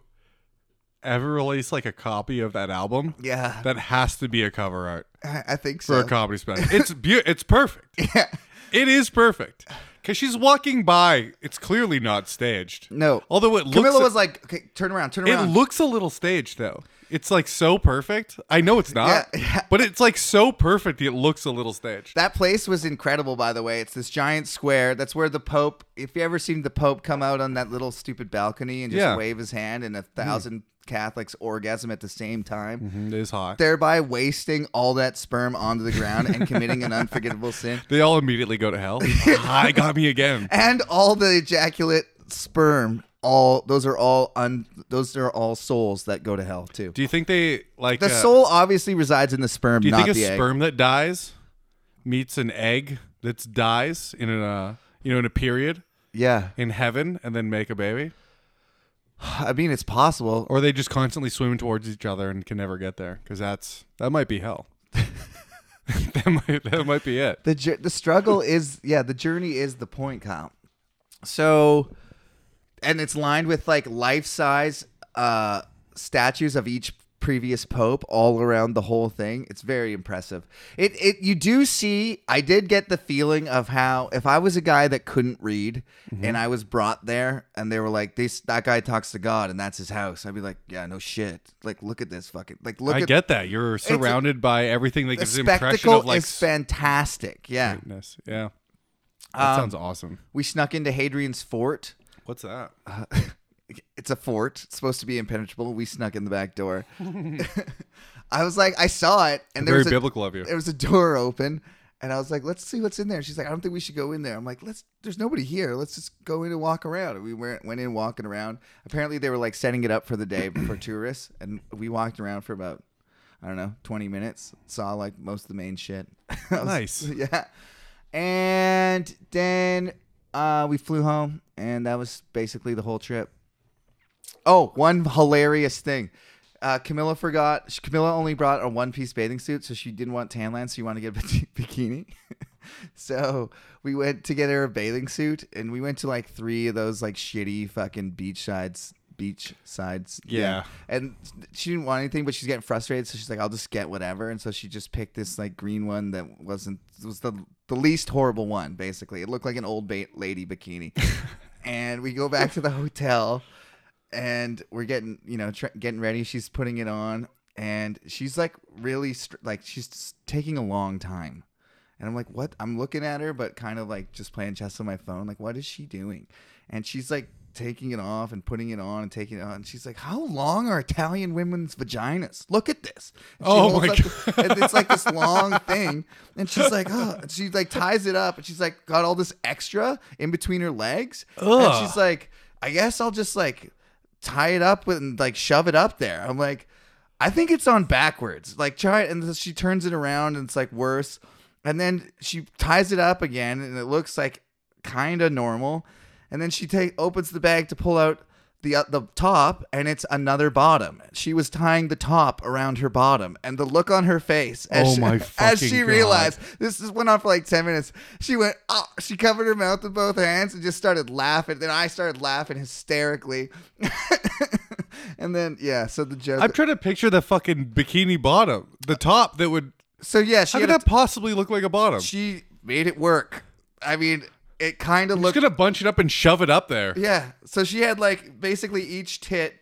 Speaker 2: ever release like a copy of that album,
Speaker 1: Yeah,
Speaker 2: that has to be a cover art
Speaker 1: I, I think
Speaker 2: for
Speaker 1: so.
Speaker 2: a comedy special. It's be- It's perfect.
Speaker 1: yeah.
Speaker 2: It is perfect. Cause she's walking by. It's clearly not staged.
Speaker 1: No.
Speaker 2: Although it looks.
Speaker 1: Camilla was like, okay, turn around, turn
Speaker 2: It
Speaker 1: around.
Speaker 2: looks a little staged though. It's like so perfect. I know it's not,
Speaker 1: Yeah, yeah.
Speaker 2: but it's like so perfect. It looks a little staged.
Speaker 1: that place was incredible, by the way. It's this giant square. That's where the Pope, if you ever seen the Pope come out on that little stupid balcony and just
Speaker 2: Yeah. Hmm.
Speaker 1: wave his hand and a 1000 Catholics orgasm at the same time,
Speaker 2: Mm, It is hot.
Speaker 1: thereby wasting all that sperm onto the ground and committing an unforgivable sin.
Speaker 2: They all immediately go to hell. ah, it got me again.
Speaker 1: And all the ejaculate sperm, all those are all un, those are all souls that go to hell too.
Speaker 2: Do you think they like
Speaker 1: The
Speaker 2: uh,
Speaker 1: soul obviously resides in the sperm,
Speaker 2: Do you
Speaker 1: not
Speaker 2: think a
Speaker 1: the egg.
Speaker 2: sperm that dies meets an egg that dies in a uh, you know in a period
Speaker 1: Yeah,
Speaker 2: in heaven and then make a baby,
Speaker 1: I mean it's possible.
Speaker 2: or they just constantly swim towards each other and can never get there because that's that might be hell. that might that might be it.
Speaker 1: the jour- the struggle is yeah the journey is the point Kyle. so and it's lined with like life-size uh statues of each previous pope all around the whole thing it's very impressive it it you do see i did get the feeling of how if i was a guy that couldn't read
Speaker 2: Mm-hmm.
Speaker 1: and i was brought there and they were like this that guy talks to god and that's his house i'd be like yeah no shit like look at this fucking like look
Speaker 2: I
Speaker 1: at
Speaker 2: get that. You're surrounded by everything that
Speaker 1: the
Speaker 2: gives the impression
Speaker 1: spectacle
Speaker 2: of like
Speaker 1: is fantastic yeah
Speaker 2: sweetness. Yeah. That
Speaker 1: um,
Speaker 2: sounds awesome.
Speaker 1: We snuck into Hadrian's fort.
Speaker 2: What's that?
Speaker 1: It's a fort. It's supposed to be impenetrable. We snuck in the back door. I was like, I saw it, and there
Speaker 2: Very
Speaker 1: was a,
Speaker 2: biblical of you.
Speaker 1: there was a door open, and I was like, let's see what's in there. She's like, I don't think we should go in there. I'm like, let's. There's nobody here. Let's just go in and walk around. And we went went in walking around. Apparently, they were like setting it up for the day for tourists, and we walked around for about. I don't know, 20 minutes. Saw like most of the main shit. I was-
Speaker 2: Nice.
Speaker 1: Yeah. And then uh, we flew home, and that was basically the whole trip. Oh, one hilarious thing. Uh, Camilla forgot. sh- Camilla only brought a one-piece bathing suit, so she didn't want tan line, so you want to get a bik- bikini. so we went to get her a bathing suit, and we went to like three of those like shitty fucking beach sides, beach sides.
Speaker 2: Yeah.
Speaker 1: And she didn't want anything, but she's getting frustrated, so she's like, "I'll just get whatever." And so she just picked this like green one that wasn't it was the the least horrible one. Basically, it looked like an old ba- lady bikini. and we go back to the hotel, and we're getting you know tr- getting ready. She's putting it on, and she's like really str- like she's s- taking a long time. And I'm like, what? I'm looking at her, but kind of like just playing chess on my phone. Like, what is she doing? And she's like taking it off and putting it on and taking it on. And she's like, how long are Italian women's vaginas? Look at this. And she
Speaker 2: Oh my
Speaker 1: holds up the- and it's like this long thing. And she's like, oh, and she like ties it up and she's like, got all this extra in between her legs. And
Speaker 2: Ugh.
Speaker 1: she's like, I guess I'll just like tie it up with- and like shove it up there. I'm like, I think it's on backwards. Like try it, and then she turns it around, and it's like worse. And then she ties it up again, and it looks like kind of normal. And then she take opens the bag to pull out the uh, the top, and it's another bottom. She was tying the top around her bottom, and the look on her face as
Speaker 2: Oh
Speaker 1: she,
Speaker 2: my
Speaker 1: as
Speaker 2: fucking
Speaker 1: she
Speaker 2: God.
Speaker 1: realized this just went on for like 10 minutes. She went, oh, she covered her mouth with both hands and just started laughing. Then I started laughing hysterically. and then, yeah, so the joke.
Speaker 2: I'm trying to picture the fucking bikini bottom, the top that would.
Speaker 1: so, yeah,
Speaker 2: How
Speaker 1: Uh, she,
Speaker 2: could
Speaker 1: had a-
Speaker 2: that possibly look like a bottom? She's
Speaker 1: she made it work. I mean, it kind of looked.
Speaker 2: gonna bunch it up and shove it up there.
Speaker 1: Yeah. So she had like basically each tit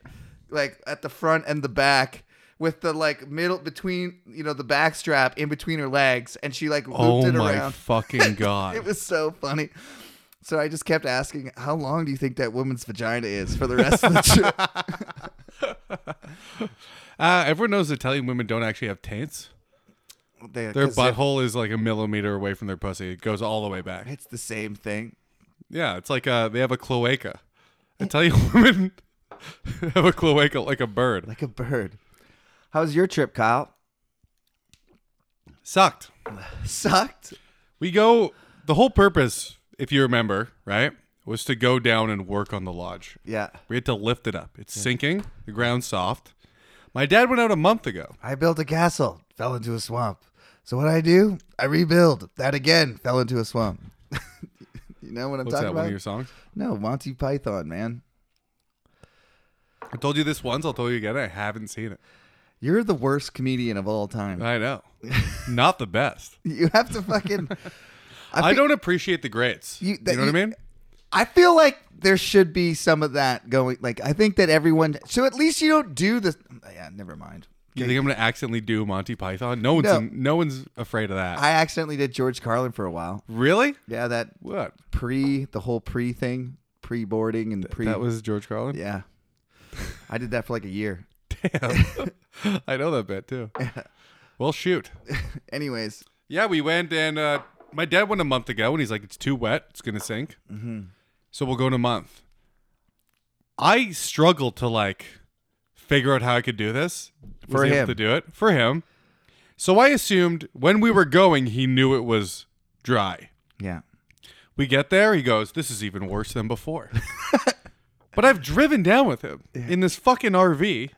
Speaker 1: like at the front and the back with the like middle between you know the back strap in between her legs, and she like looped
Speaker 2: Oh
Speaker 1: it
Speaker 2: my
Speaker 1: around.
Speaker 2: fucking god!
Speaker 1: It was so funny. So I just kept asking, how long do you think that woman's vagina is for the rest of the trip?
Speaker 2: uh, everyone knows Italian women don't actually have taints.
Speaker 1: They-
Speaker 2: Their
Speaker 1: 'cause they're-
Speaker 2: butthole is like a millimeter away from their pussy. It goes all the way back.
Speaker 1: It's the same thing.
Speaker 2: Yeah, it's like uh, they have a cloaca. Italian women have a cloaca like a bird.
Speaker 1: Like a bird. How was your trip, Kyle?
Speaker 2: Sucked.
Speaker 1: Sucked.
Speaker 2: We go. The whole purpose, if you remember, right, was to go down and work on the lodge.
Speaker 1: Yeah.
Speaker 2: We had to lift it up. It's sinking. The ground's soft. My dad went out a month ago.
Speaker 1: I built a castle, fell into a swamp. So what I do? I rebuild. That again, fell into a swamp. you know what I'm
Speaker 2: What's
Speaker 1: talking
Speaker 2: that? One
Speaker 1: about?
Speaker 2: of your songs?
Speaker 1: No, Monty Python, man.
Speaker 2: I told you this once. I'll tell you again. I haven't seen it.
Speaker 1: You're the worst comedian of all time.
Speaker 2: I know. Not the best.
Speaker 1: You have to fucking
Speaker 2: I don't appreciate the greats.
Speaker 1: You-
Speaker 2: You,
Speaker 1: that
Speaker 2: know what
Speaker 1: you-
Speaker 2: I mean?
Speaker 1: I feel like there should be some of that going. Like I think that everyone. So at least you don't do this. Yeah, never mind.
Speaker 2: You think I'm going to accidentally do Monty Python? No one's
Speaker 1: No.
Speaker 2: no one's afraid of that.
Speaker 1: I accidentally did George Carlin for a while.
Speaker 2: really?
Speaker 1: Yeah, that
Speaker 2: What?
Speaker 1: pre the whole pre thing, pre boarding and pre.
Speaker 2: that was George Carlin.
Speaker 1: yeah. I did that for like a year.
Speaker 2: Damn. I know that bit too. Well, shoot.
Speaker 1: Anyways,
Speaker 2: Yeah, we went and uh, my dad went a month ago, and he's like, "It's too wet. It's gonna sink."
Speaker 1: Mm-hmm.
Speaker 2: So we'll go in a month. I struggled to like figure out how I could do this Was
Speaker 1: For
Speaker 2: able
Speaker 1: him.
Speaker 2: to do it for him. So I assumed when we were going, he knew it was dry.
Speaker 1: yeah.
Speaker 2: We get there, he goes, "This is even worse than before." but I've driven down with him in this fucking RV.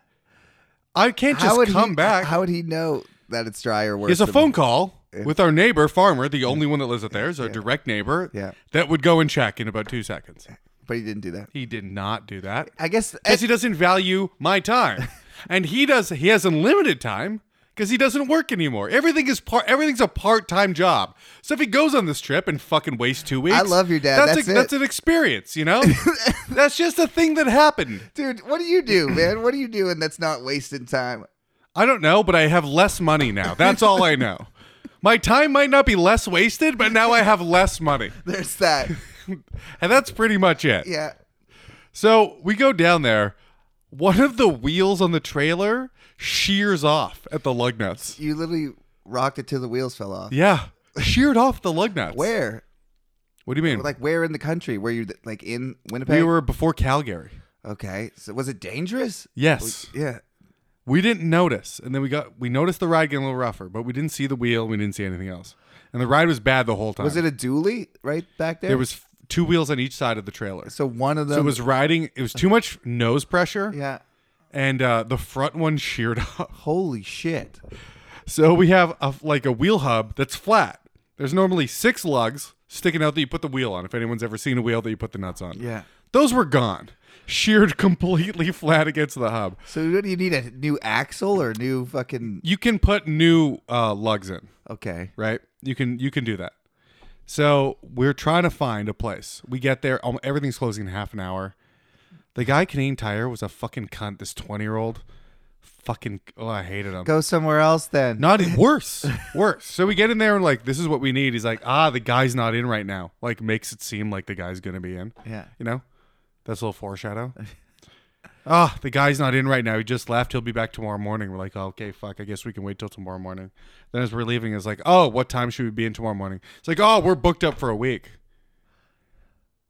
Speaker 2: I can't just come
Speaker 1: he,
Speaker 2: back.
Speaker 1: How would he know that it's dry or worse?
Speaker 2: It's a
Speaker 1: than-
Speaker 2: phone call with our neighbor, farmer, the only one that lives up there, is our direct neighbor.
Speaker 1: Yeah.
Speaker 2: That would go and check in about two seconds.
Speaker 1: but he didn't do that.
Speaker 2: He did not do that
Speaker 1: I guess.
Speaker 2: because he doesn't value my time, and he does. He has unlimited time because he doesn't work anymore. Everything is part. Everything's a part-time job. So if he goes on this trip and fucking wastes two weeks,
Speaker 1: love your dad.
Speaker 2: That's
Speaker 1: That's
Speaker 2: a,
Speaker 1: it.
Speaker 2: that's an experience, you know. that's just a thing that happened.
Speaker 1: Dude, what do you do, man? What are you doing that's not wasting time?
Speaker 2: I don't know, but I have less money now. That's all I know. My time might not be less wasted, but now I have less money.
Speaker 1: There's that.
Speaker 2: And that's pretty much it.
Speaker 1: Yeah.
Speaker 2: So we go down there. One of the wheels on the trailer shears off at the lug nuts.
Speaker 1: You literally rocked it till the wheels fell off.
Speaker 2: Yeah. Sheared off the lug nuts.
Speaker 1: Where?
Speaker 2: What do you mean?
Speaker 1: Like where in the country? Were you like in Winnipeg?
Speaker 2: we were before Calgary.
Speaker 1: okay. So was it dangerous?
Speaker 2: Yes.
Speaker 1: Yeah.
Speaker 2: We didn't notice. And then we got we noticed the ride getting a little rougher, but we didn't see the wheel, we didn't see anything else. And the ride was bad the whole time.
Speaker 1: Was it a dually right back there?
Speaker 2: there was f- two wheels on each side of the trailer.
Speaker 1: so one of them.
Speaker 2: So it was riding. It was too much nose pressure,
Speaker 1: yeah.
Speaker 2: and uh, the front one sheared off.
Speaker 1: Holy shit.
Speaker 2: So we have a, like a wheel hub that's flat. There's normally six lugs sticking out that you put the wheel on. If anyone's ever seen a wheel that you put the nuts on,
Speaker 1: Yeah.
Speaker 2: those were gone, sheared completely flat against the hub.
Speaker 1: So what do you need a new axle or new fucking?
Speaker 2: You can put new uh, lugs in,
Speaker 1: Okay.
Speaker 2: right? You can you can do that. So we're trying to find a place. We get there. um, Everything's closing in half an hour. The guy Canadian Tire was a fucking cunt. This twenty year old, fucking oh, I hated him.
Speaker 1: Go somewhere else then.
Speaker 2: Not in, worse, worse. So we get in there and like, this is what we need. He's like, ah, the guy's not in right now. Like makes it seem like the guy's gonna be in.
Speaker 1: Yeah.
Speaker 2: You know, that's a little foreshadow. Ah, the guy's not in right now. He just left. He'll be back tomorrow morning. We're like, oh, okay, fuck. I guess we can wait till tomorrow morning. Then as we're leaving, it's like, oh, what time should we be in tomorrow morning? It's like, oh, we're booked up for a week.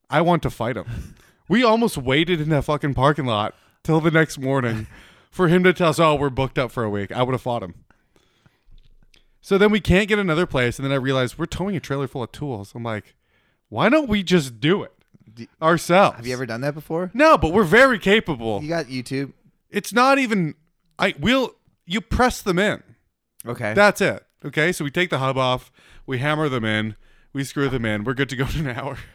Speaker 2: I want to fight him. We almost waited in that fucking parking lot till the next morning for him to tell us, oh, we're booked up for a week. I would have fought him. So then we can't get another place. And then I realized we're towing a trailer full of tools. I'm like, why don't we just do it ourselves?
Speaker 1: Have you ever done that before?
Speaker 2: No, but we're very capable.
Speaker 1: You got YouTube.
Speaker 2: It's not even. I will. You press them in.
Speaker 1: Okay.
Speaker 2: That's it. Okay. So we take the hub off. We hammer them in. We screw them in. We're good to go in an hour.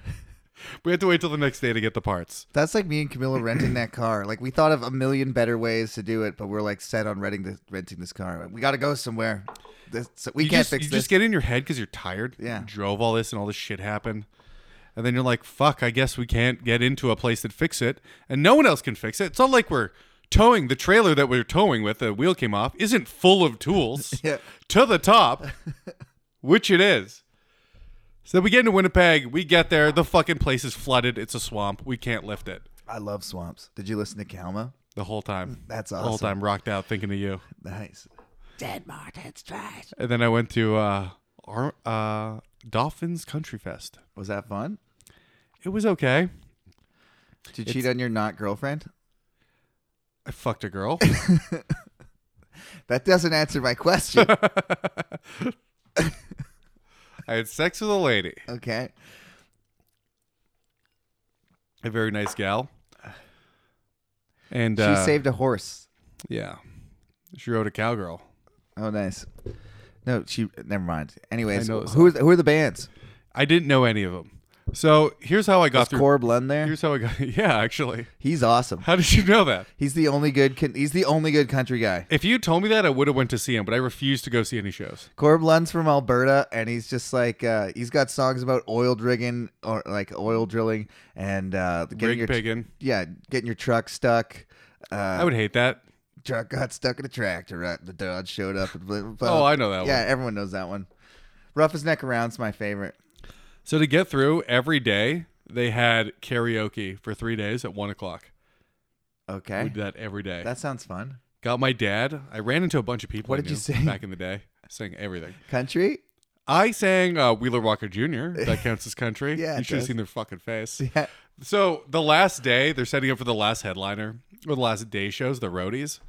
Speaker 2: we have to wait till the next day to get the parts.
Speaker 1: That's like me and Camilla renting that car. Like we thought of a million better ways to do it, but we're like set on renting this, renting this car. We got to go somewhere. This, so we
Speaker 2: You
Speaker 1: can't
Speaker 2: just,
Speaker 1: fix
Speaker 2: you
Speaker 1: this.
Speaker 2: just get in your head because you're tired.
Speaker 1: Yeah.
Speaker 2: You drove all this and all this shit happened. And then you're like, fuck, I guess we can't get into a place that fix it. And no one else can fix it. It's not like we're towing the trailer that we we're towing with, the wheel came off, isn't full of tools
Speaker 1: Yeah.
Speaker 2: to the top, which it is. So we get into Winnipeg. We get there. The fucking place is flooded. It's a swamp. We can't lift it
Speaker 1: I love swamps. Did you listen to Kalma?
Speaker 2: the whole time.
Speaker 1: Mm, That's
Speaker 2: The whole
Speaker 1: awesome.
Speaker 2: time rocked out thinking of you.
Speaker 1: Nice. Denmark, that's trash.
Speaker 2: And then I went to uh, Ar- uh, Dolphins Country Fest.
Speaker 1: Was that fun?
Speaker 2: It was okay.
Speaker 1: Did you cheat on your not girlfriend?
Speaker 2: I fucked a girl.
Speaker 1: That doesn't answer my question.
Speaker 2: I had sex with a lady,
Speaker 1: okay.
Speaker 2: a very nice gal. And
Speaker 1: She
Speaker 2: uh,
Speaker 1: saved a horse.
Speaker 2: yeah, she rode a cowgirl.
Speaker 1: Oh, nice. No, she. Never mind. Anyways,
Speaker 2: I know
Speaker 1: who
Speaker 2: it's
Speaker 1: who, is- who are the bands?
Speaker 2: I didn't know any of them. So here's how I got
Speaker 1: Was
Speaker 2: through.
Speaker 1: Corb Lund there?
Speaker 2: Here's how I got. Yeah, actually,
Speaker 1: He's awesome.
Speaker 2: how did you know that?
Speaker 1: He's the only good. Con- he's the only good country guy.
Speaker 2: If you told me that, I would have went to see him, but I refused to go see any shows.
Speaker 1: Corb Lund's from Alberta, and he's just like uh, he's got songs about oil drilling or like oil drilling and uh, getting
Speaker 2: Rig
Speaker 1: your
Speaker 2: pigging.
Speaker 1: yeah getting your truck stuck. Uh,
Speaker 2: I would hate that.
Speaker 1: truck got stuck in a tractor. Right? The Dodge showed up. And blah, blah, blah.
Speaker 2: Oh, I know that
Speaker 1: yeah, everyone knows that one. Rough as neck around's my favorite.
Speaker 2: So to get through every day, they had karaoke for three days at one o'clock. We
Speaker 1: Okay,
Speaker 2: did that every day.
Speaker 1: that sounds fun.
Speaker 2: Got my dad. I ran into a bunch of people.
Speaker 1: What
Speaker 2: I
Speaker 1: did you
Speaker 2: knew
Speaker 1: sing?
Speaker 2: back in the day? I sang everything.
Speaker 1: Country,
Speaker 2: I sang uh, Wheeler Walker Jr. That counts as country.
Speaker 1: Yeah,
Speaker 2: you
Speaker 1: it
Speaker 2: should have
Speaker 1: does.
Speaker 2: seen their fucking face.
Speaker 1: yeah,
Speaker 2: So the last day, they're setting up for the last headliner or the last day shows, the roadies,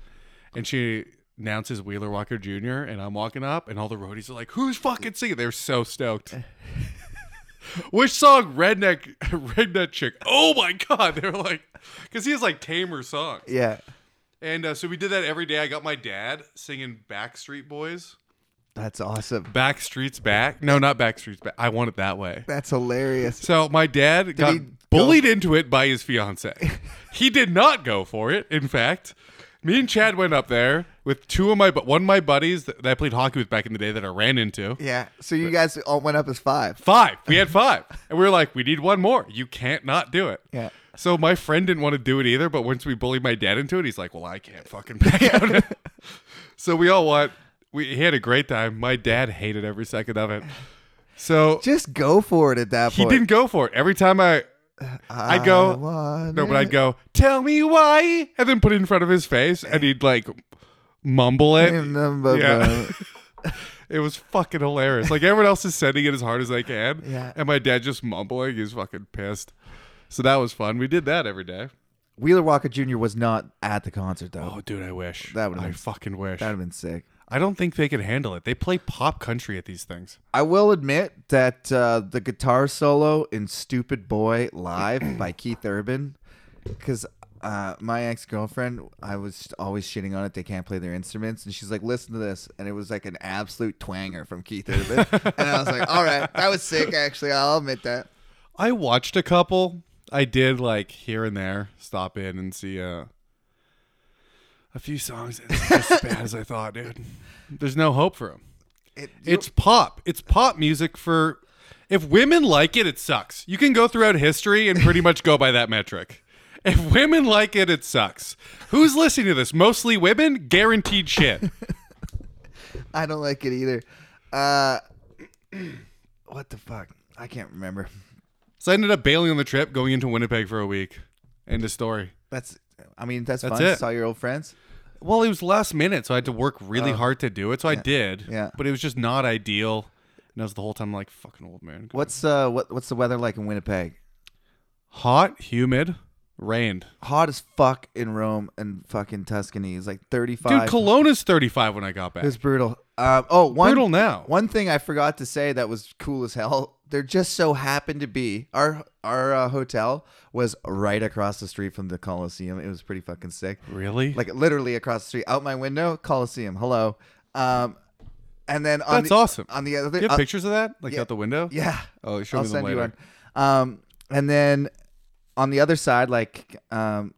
Speaker 2: and she announces Wheeler Walker Jr. and I'm walking up, and all the roadies are like, "Who's fucking singing?" They're so stoked. Which song, Redneck, Redneck Chick? Oh my god, they were like, because he has like tamer songs.
Speaker 1: yeah.
Speaker 2: And uh, so we did that every day. I got my dad singing Backstreet Boys.
Speaker 1: That's awesome.
Speaker 2: Backstreet's back. No, not Backstreet's back. I want it that way.
Speaker 1: That's hilarious.
Speaker 2: So my dad got
Speaker 1: he
Speaker 2: bullied into it by his fiance. he did not go for it. In fact, me and Chad went up there with two of my but one of my buddies that, that I played hockey with back in the day that I ran into.
Speaker 1: Yeah. So you guys all went up as five.
Speaker 2: Five. We had five. And we were like, we need one more. You can't not do it.
Speaker 1: Yeah.
Speaker 2: So my friend didn't want to do it either, but once we bullied my dad into it, he's like, "Well, I can't fucking back out." so we all went. We he had a great time. My dad hated every second of it. So
Speaker 1: Just go for it at that
Speaker 2: he
Speaker 1: point.
Speaker 2: didn't go for it. Every time I
Speaker 1: Uh, I
Speaker 2: I'd go-
Speaker 1: want
Speaker 2: no, but I'd
Speaker 1: it.
Speaker 2: go, "Tell me why," and then put it in front of his face, and he'd like mumble it.
Speaker 1: And then, but-
Speaker 2: Yeah. It was fucking hilarious. Like everyone else is sending it as hard as they can,
Speaker 1: Yeah.
Speaker 2: and my dad just mumbling. He's fucking pissed. So that was fun. We did that every day.
Speaker 1: Wheeler Walker Jr. was not at the concert though.
Speaker 2: Oh, dude, I wish.
Speaker 1: That would've
Speaker 2: I
Speaker 1: been-
Speaker 2: fucking wish.
Speaker 1: That'd have been sick.
Speaker 2: I don't think they can handle it. They play pop country at these things.
Speaker 1: I will admit that uh, the guitar solo in "Stupid Boy" live by Keith Urban, because uh, my ex girlfriend, I was always shitting on it. They can't play their instruments, and she's like, "Listen to this," and it was like an absolute twanger from Keith Urban, and I was like, "All right, that was sick. Actually, I'll admit that."
Speaker 2: I watched a couple. I did like here and there stop in and see uh, a few songs. It's just as bad as I thought, dude. There's no hope for them.
Speaker 1: It,
Speaker 2: It's pop. It's pop music for. If women like it, it sucks. You can go throughout history and pretty much go by that metric. If women like it, it sucks. Who's listening to this? Mostly women? Guaranteed shit.
Speaker 1: I don't like it either. Uh, what the fuck? I can't remember.
Speaker 2: So I ended up bailing on the trip, going into Winnipeg for a week. End of story.
Speaker 1: That's. I mean, that's,
Speaker 2: That's
Speaker 1: fun.
Speaker 2: it.
Speaker 1: Saw your old friends.
Speaker 2: Well, it was last minute, so I had to work really hard to do it. So I did.
Speaker 1: Oh. yeah.
Speaker 2: But it was just not ideal. And I was the whole time like, fucking old man.
Speaker 1: What's uh what What's the weather like in Winnipeg?
Speaker 2: Hot, humid, rained.
Speaker 1: hot as fuck in Rome and fucking Tuscany. It's like
Speaker 2: Dude,
Speaker 1: 35.
Speaker 2: Cologne is 35 when I got
Speaker 1: it
Speaker 2: back.
Speaker 1: was brutal. Um, oh, one,
Speaker 2: Brutal now.
Speaker 1: One thing I forgot to say that was cool as hell. There just so happened to be our our uh, hotel was right across the street from the Coliseum. It was pretty fucking sick.
Speaker 2: Really?
Speaker 1: Like literally across the street, out my window, Coliseum. Hello. Um, and then on
Speaker 2: That's
Speaker 1: the,
Speaker 2: awesome.
Speaker 1: On the other,
Speaker 2: Do you have
Speaker 1: uh,
Speaker 2: pictures of that? Like
Speaker 1: yeah.
Speaker 2: out the window?
Speaker 1: yeah.
Speaker 2: Oh, show
Speaker 1: I'll
Speaker 2: me them
Speaker 1: send
Speaker 2: later.
Speaker 1: you one. Um, and then on the other side, like um,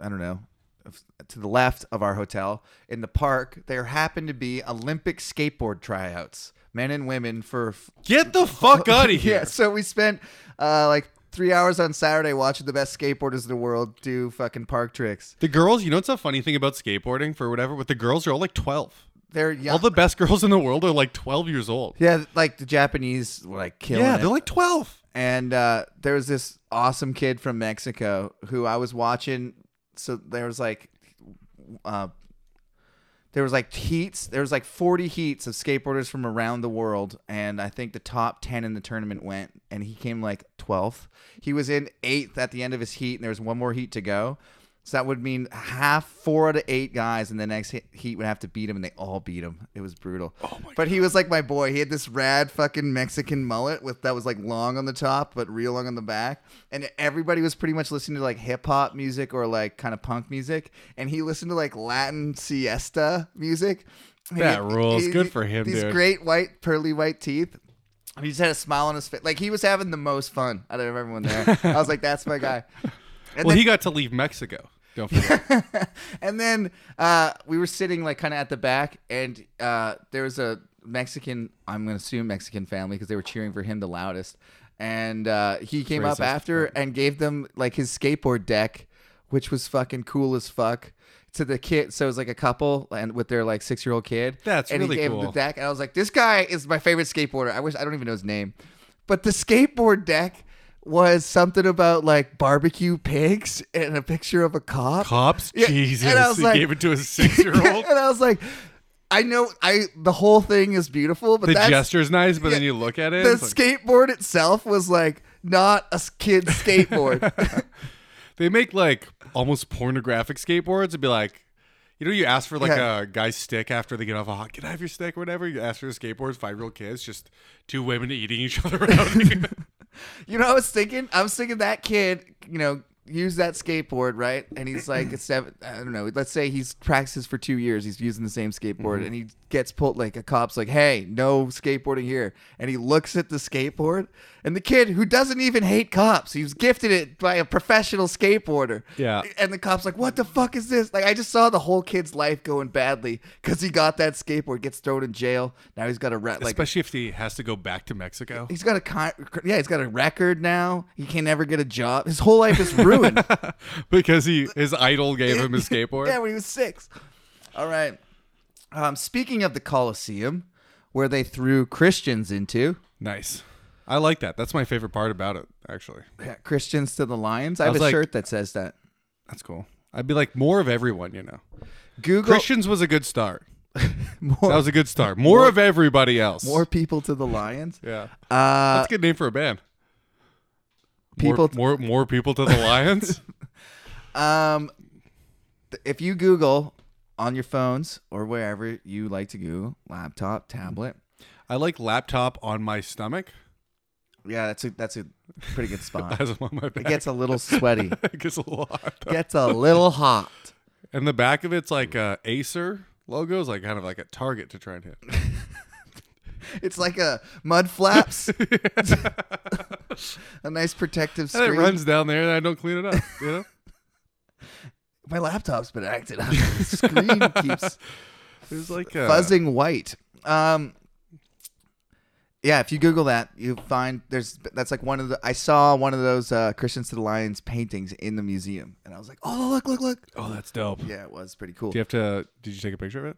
Speaker 1: I don't know, if- to the left of our hotel in the park, there happened to be Olympic skateboard tryouts, men and women for.
Speaker 2: Get the fuck out of here.
Speaker 1: Yeah, so we spent uh, like three hours on Saturday watching the best skateboarders in the world do fucking park tricks.
Speaker 2: The girls, you know, it's a funny thing about skateboarding for whatever, but the girls are all like 12.
Speaker 1: They're young.
Speaker 2: All the best girls in the world are like 12 years old.
Speaker 1: yeah, like the Japanese were like killing
Speaker 2: Yeah,
Speaker 1: it.
Speaker 2: they're like 12.
Speaker 1: and uh, there was this awesome kid from Mexico who I was watching. So there was like, uh, there was like heats. There was like forty heats of skateboarders from around the world, and I think the top ten in the tournament went, and he came like twelfth. He was in eighth at the end of his heat, and there was one more heat to go. So that would mean half four out of eight guys in the next he- heat would have to beat him, and they all beat him. It was brutal. Oh my but he was like my boy. He had this rad fucking Mexican mullet with that was like long on the top but real long on the back, and everybody was pretty much listening to like hip hop music or like kind of punk music, and he listened to like Latin siesta music.
Speaker 2: That rules. Good for him,
Speaker 1: These
Speaker 2: dude.
Speaker 1: great white pearly white teeth. He just had a smile on his face. Like he was having the most fun out of everyone there. I was like, that's my guy. And
Speaker 2: Well, he got to leave Mexico. Don't forget.
Speaker 1: and then uh, we were sitting like kind of at the back, and uh, there was a Mexican. I'm gonna assume Mexican family because they were cheering for him the loudest. And uh, he came up
Speaker 2: Racist.
Speaker 1: after and gave them like his skateboard deck, which was fucking cool as fuck. To the kid, so it was like a couple and with their like six year old kid.
Speaker 2: That's
Speaker 1: and
Speaker 2: really
Speaker 1: he gave him
Speaker 2: cool.
Speaker 1: the deck, and I was like, this guy is my favorite skateboarder. I wish I don't even know his name, but the skateboard deck was something about like barbecue pigs and a picture of a cop.
Speaker 2: Cops?
Speaker 1: Yeah,
Speaker 2: Jesus.
Speaker 1: and I was
Speaker 2: he
Speaker 1: like-
Speaker 2: gave it to a six year old.
Speaker 1: and I was like, I know I the whole thing is beautiful, but
Speaker 2: The
Speaker 1: that's,
Speaker 2: gesture's nice, but then you look at it.
Speaker 1: the
Speaker 2: it's like-
Speaker 1: skateboard itself was like not a s- kid's skateboard.
Speaker 2: they make like almost pornographic skateboards. It'd be like, you know, you ask for like
Speaker 1: Yeah.
Speaker 2: a guy's stick after they get off a hot. Can I have your stick or whatever? You ask for a skateboard, five year old kids, just two women eating each other around.
Speaker 1: you know, what I was thinking, I was thinking that kid, you know, used that skateboard, right? And he's like a seven, I don't know, let's say he's practices for two years, he's using the same skateboard, and he gets pulled like a cop's like, hey, no skateboarding here, and he looks at the skateboard, and the kid who doesn't even hate cops, he was gifted it by a professional skateboarder,
Speaker 2: Yeah.
Speaker 1: and the cops like, what the fuck is this? Like, I just saw the whole kid's life going badly because he got that skateboard, gets thrown in jail, now he's got a rat like
Speaker 2: Especially if he has to go back to Mexico.
Speaker 1: He's got a con- yeah, he's got a record now. He can never get a job. His whole life is ruined.
Speaker 2: because he his idol gave him his skateboard.
Speaker 1: yeah, when he was six. All right. Um, speaking of the Colosseum, where they threw Christians into
Speaker 2: Nice. I like that. That's my favorite part about it, actually.
Speaker 1: yeah, Christians to the lions. I have
Speaker 2: was
Speaker 1: a
Speaker 2: like-
Speaker 1: shirt that says that.
Speaker 2: That's cool. I'd be like more of everyone, you know.
Speaker 1: Google
Speaker 2: Christians was a good start. That
Speaker 1: more,
Speaker 2: was a good start. More, of everybody else.
Speaker 1: more people to the lions.
Speaker 2: yeah.
Speaker 1: Uh,
Speaker 2: That's a good name for a band.
Speaker 1: people.
Speaker 2: more, more more people to the lions.
Speaker 1: um, th- if you Google on your phones or wherever you like to Google, laptop, tablet.
Speaker 2: I like laptop on my stomach.
Speaker 1: Yeah, that's a that's a pretty good spot.
Speaker 2: As I'm on my
Speaker 1: It
Speaker 2: back,
Speaker 1: gets a little sweaty.
Speaker 2: it gets a lot.
Speaker 1: gets a little hot.
Speaker 2: And the back of it's like a Acer logo is like kind of like a target to try and hit.
Speaker 1: It's like a mud flaps, a nice protective
Speaker 2: And it
Speaker 1: screen.
Speaker 2: runs down there, and I don't clean it up. You know,
Speaker 1: My laptop's been acting up. The screen keeps
Speaker 2: there's like uh, a,
Speaker 1: fuzzing white. Um, yeah, if you Google that, you find there's that's like one of the I saw one of those uh, Christians to the Lions paintings in the museum, and I was like, oh look, look, look.
Speaker 2: Oh, that's dope.
Speaker 1: Yeah, it was pretty cool.
Speaker 2: Do you have to? Did you take a picture of it?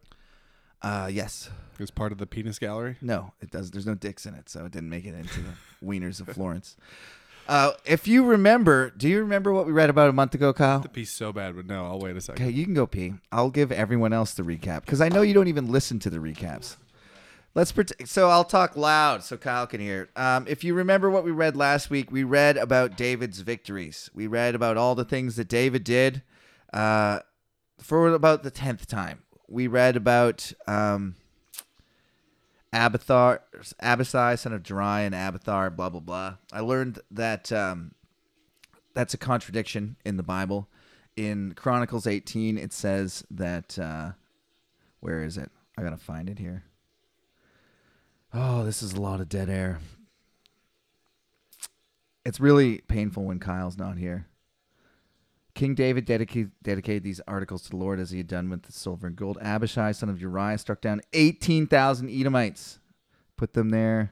Speaker 1: Uh, yes.
Speaker 2: It's part of the penis gallery.
Speaker 1: No, it does. There's no dicks in it, so it didn't make it into the wieners of Florence. Uh, if you remember, do you remember what we read about a month ago, Kyle?
Speaker 2: Piece so bad, but no, I'll wait a second.
Speaker 1: Okay, you can go pee. I'll give everyone else the recap because I know you don't even listen to the recaps. Let's pretend. So I'll talk loud so Kyle can hear. Um, if you remember what we read last week, we read about David's victories. We read about all the things that David did. Uh, for about the tenth time, we read about um, Abathar, Abisai, son of Jeri, and Abathar. Blah blah blah. I learned that um, that's a contradiction in the Bible. In Chronicles 18, it says that uh, where is it? I gotta find it here. Oh, this is a lot of dead air. It's really painful when Kyle's not here. King David dedicated, dedicated these articles to the Lord as he had done with the silver and gold. Abishai, son of Uriah, struck down 18,000 Edomites, put them there.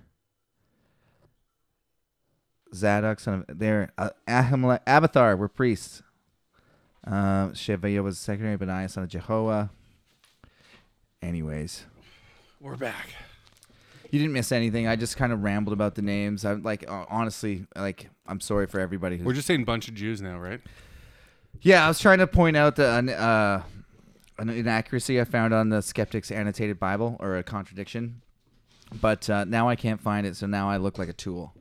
Speaker 1: Zadok, son of their uh, Ahimelech, Abathar were priests. Uh, Sheviah was secretary, Benaiah son of Jehoah. Anyways,
Speaker 2: We're back.
Speaker 1: you didn't miss anything. I just kind of rambled about the names. I'm like, uh, honestly, like I'm sorry for everybody. Who,
Speaker 2: We're just saying bunch of Jews now, right?
Speaker 1: yeah, I was trying to point out the an, uh, an inaccuracy I found on the Skeptic's annotated Bible or a contradiction, but uh, now I can't find it. So now I look like a tool.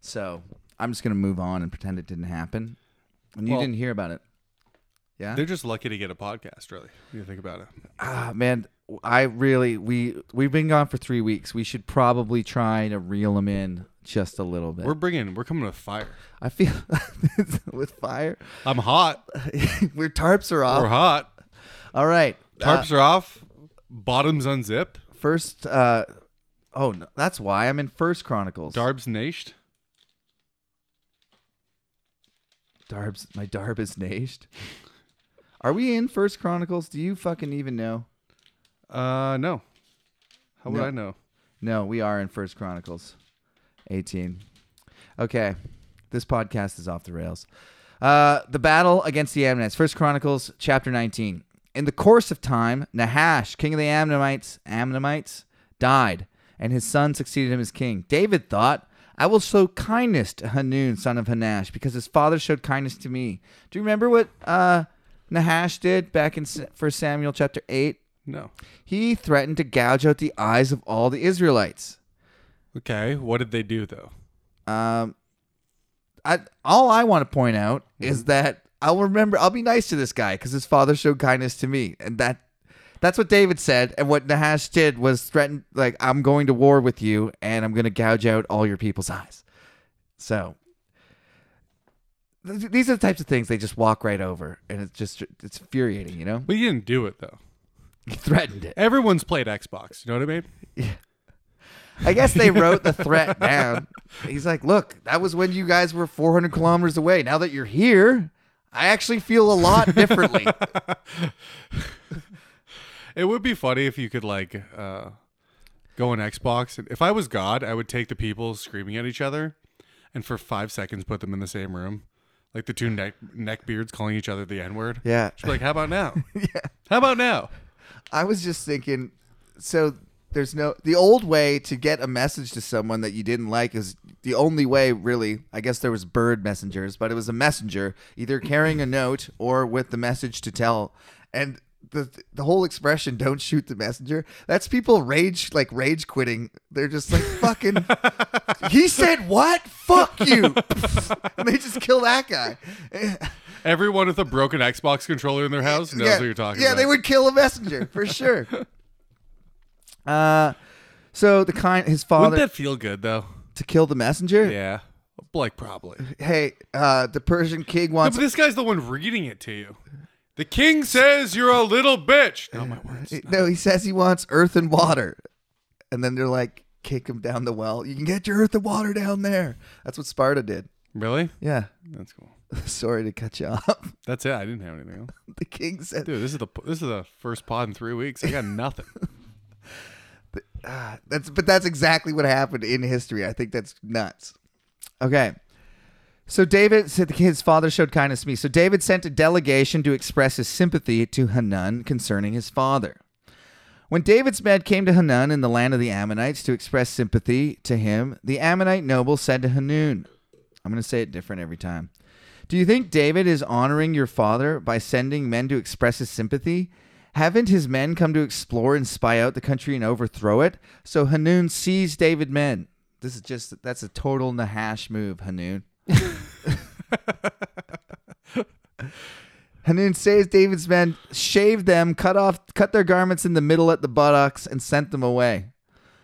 Speaker 1: So I'm just gonna move on and pretend it didn't happen. And you
Speaker 2: Well-
Speaker 1: didn't hear about it. Yeah.
Speaker 2: They're just lucky to get a podcast, really. When you think about it.
Speaker 1: Ah, man, I really we we've been gone for three weeks. We should probably try to reel them in just a little bit.
Speaker 2: We're bringing. We're coming with fire.
Speaker 1: I feel with fire.
Speaker 2: I'm hot.
Speaker 1: We're tarps are
Speaker 2: We're
Speaker 1: off.
Speaker 2: hot.
Speaker 1: All right, uh,
Speaker 2: Tarps are off. Bottoms unzipped.
Speaker 1: first. Uh, oh, no, that's why I'm in First Chronicles.
Speaker 2: Darbs nashed.
Speaker 1: Darb's my Darb is nashed. Are we in First Chronicles? Do you fucking even know?
Speaker 2: Uh, no. How would
Speaker 1: No.
Speaker 2: I know?
Speaker 1: No, we are in First Chronicles 18. Okay. This podcast is off the rails. Uh, the battle against the Ammonites. First Chronicles chapter 19. In the course of time, Nahash, king of the Ammonites, Ammonites, died, and his son succeeded him as king. David thought, I will show kindness to Hanun, son of Hanash, because his father showed kindness to me. Do you remember what uh, Nahash did back in First Samuel chapter 8?
Speaker 2: No.
Speaker 1: He threatened to gouge out the eyes of all the Israelites.
Speaker 2: Okay. What did they do though?
Speaker 1: Um, I all I want to point out is that I'll remember. I'll be nice to this guy because his father showed kindness to me, and that that's what David said. And what Nahash did was threaten, like, "I'm going to war with you, and I'm going to gouge out all your people's eyes." So th- these are the types of things they just walk right over, and it's just it's infuriating, you know.
Speaker 2: We didn't do it though.
Speaker 1: He threatened it.
Speaker 2: Everyone's played Xbox. You know what I mean?
Speaker 1: I guess they wrote the threat down. He's like, look, that was when you guys were 400 kilometers away. Now that you're here, I actually feel a lot differently.
Speaker 2: It would be funny if you could like uh, go on Xbox. And if I was God, I would take the people screaming at each other, and for five seconds put them in the same room, like the two neck neckbeards calling each other the N word.
Speaker 1: yeah.
Speaker 2: Just be like, how about now? yeah. How about now?
Speaker 3: I was just thinking, so there's no the old way to get a message to someone that you didn't like is the only way really. I guess there was bird messengers, but it was a messenger either carrying a note or with the message to tell. And the the whole expression "don't shoot the messenger" that's people rage like rage quitting. They're just like fucking. he said what? Fuck you! and they just kill that guy.
Speaker 2: Everyone with a broken Xbox controller in their house knows what you're talking
Speaker 3: yeah,
Speaker 2: about.
Speaker 3: they would kill a messenger for sure.
Speaker 1: Uh, so the kind, his
Speaker 2: Wouldn't
Speaker 1: father
Speaker 2: that feel good though?
Speaker 3: to kill the messenger.
Speaker 2: Yeah. Like probably.
Speaker 3: Hey, uh, the Persian king
Speaker 2: No,
Speaker 3: wants.
Speaker 2: but this guy's the one reading it to you. The king says you're a little bitch. No, my words.
Speaker 3: No, he says he wants earth and water, and then they're like, kick him down the well. You can get your earth and water down there. That's what Sparta did.
Speaker 2: Really?
Speaker 3: Yeah.
Speaker 2: That's cool.
Speaker 3: Sorry to cut you off.
Speaker 2: That's it. I didn't have anything else.
Speaker 3: The king said,
Speaker 2: Dude, this is the this is the first pod in three weeks. I got nothing.
Speaker 3: ah, "That's," but that's exactly what happened in history. I think that's nuts.
Speaker 1: Okay. So David said his father showed kindness to me. So David sent a delegation to express his sympathy to Hanun concerning his father. When David's men came to Hanun in the land of the Ammonites to express sympathy to him, the Ammonite noble said to Hanun, I'm going to say it different every time. Do you think David is honoring your father by sending men to express his sympathy? Haven't his men come to explore and spy out the country and overthrow it? So Hanun seized David men. This is just that's a total Nahash move, Hanun. Hanun says David's men shaved them, cut off cut their garments in the middle at the buttocks, and sent them away.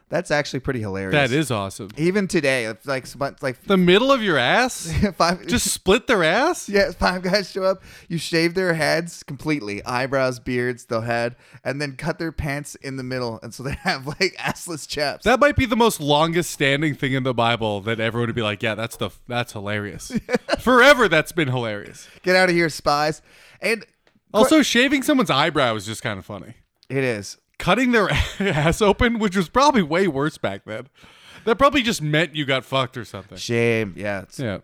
Speaker 3: That's actually pretty hilarious.
Speaker 2: That is awesome.
Speaker 3: even today. If like, some- like
Speaker 2: The middle of your ass?
Speaker 3: if I
Speaker 2: Just split their ass?
Speaker 3: Yeah, five guys show up. You shave their heads completely, eyebrows, beards, the head, and then cut their pants in the middle, and so they have like assless chaps.
Speaker 2: That might be the most longest standing thing in the Bible that everyone would be like, yeah, that's the that's hilarious. Forever that's been hilarious.
Speaker 3: Get out of here, spies! And
Speaker 2: Also, shaving someone's eyebrow is just kind of funny.
Speaker 3: it is.
Speaker 2: Cutting their ass open, which was probably way worse back then. That probably just meant you got fucked or something.
Speaker 1: Shame. Yeah. it's-
Speaker 2: Yeah.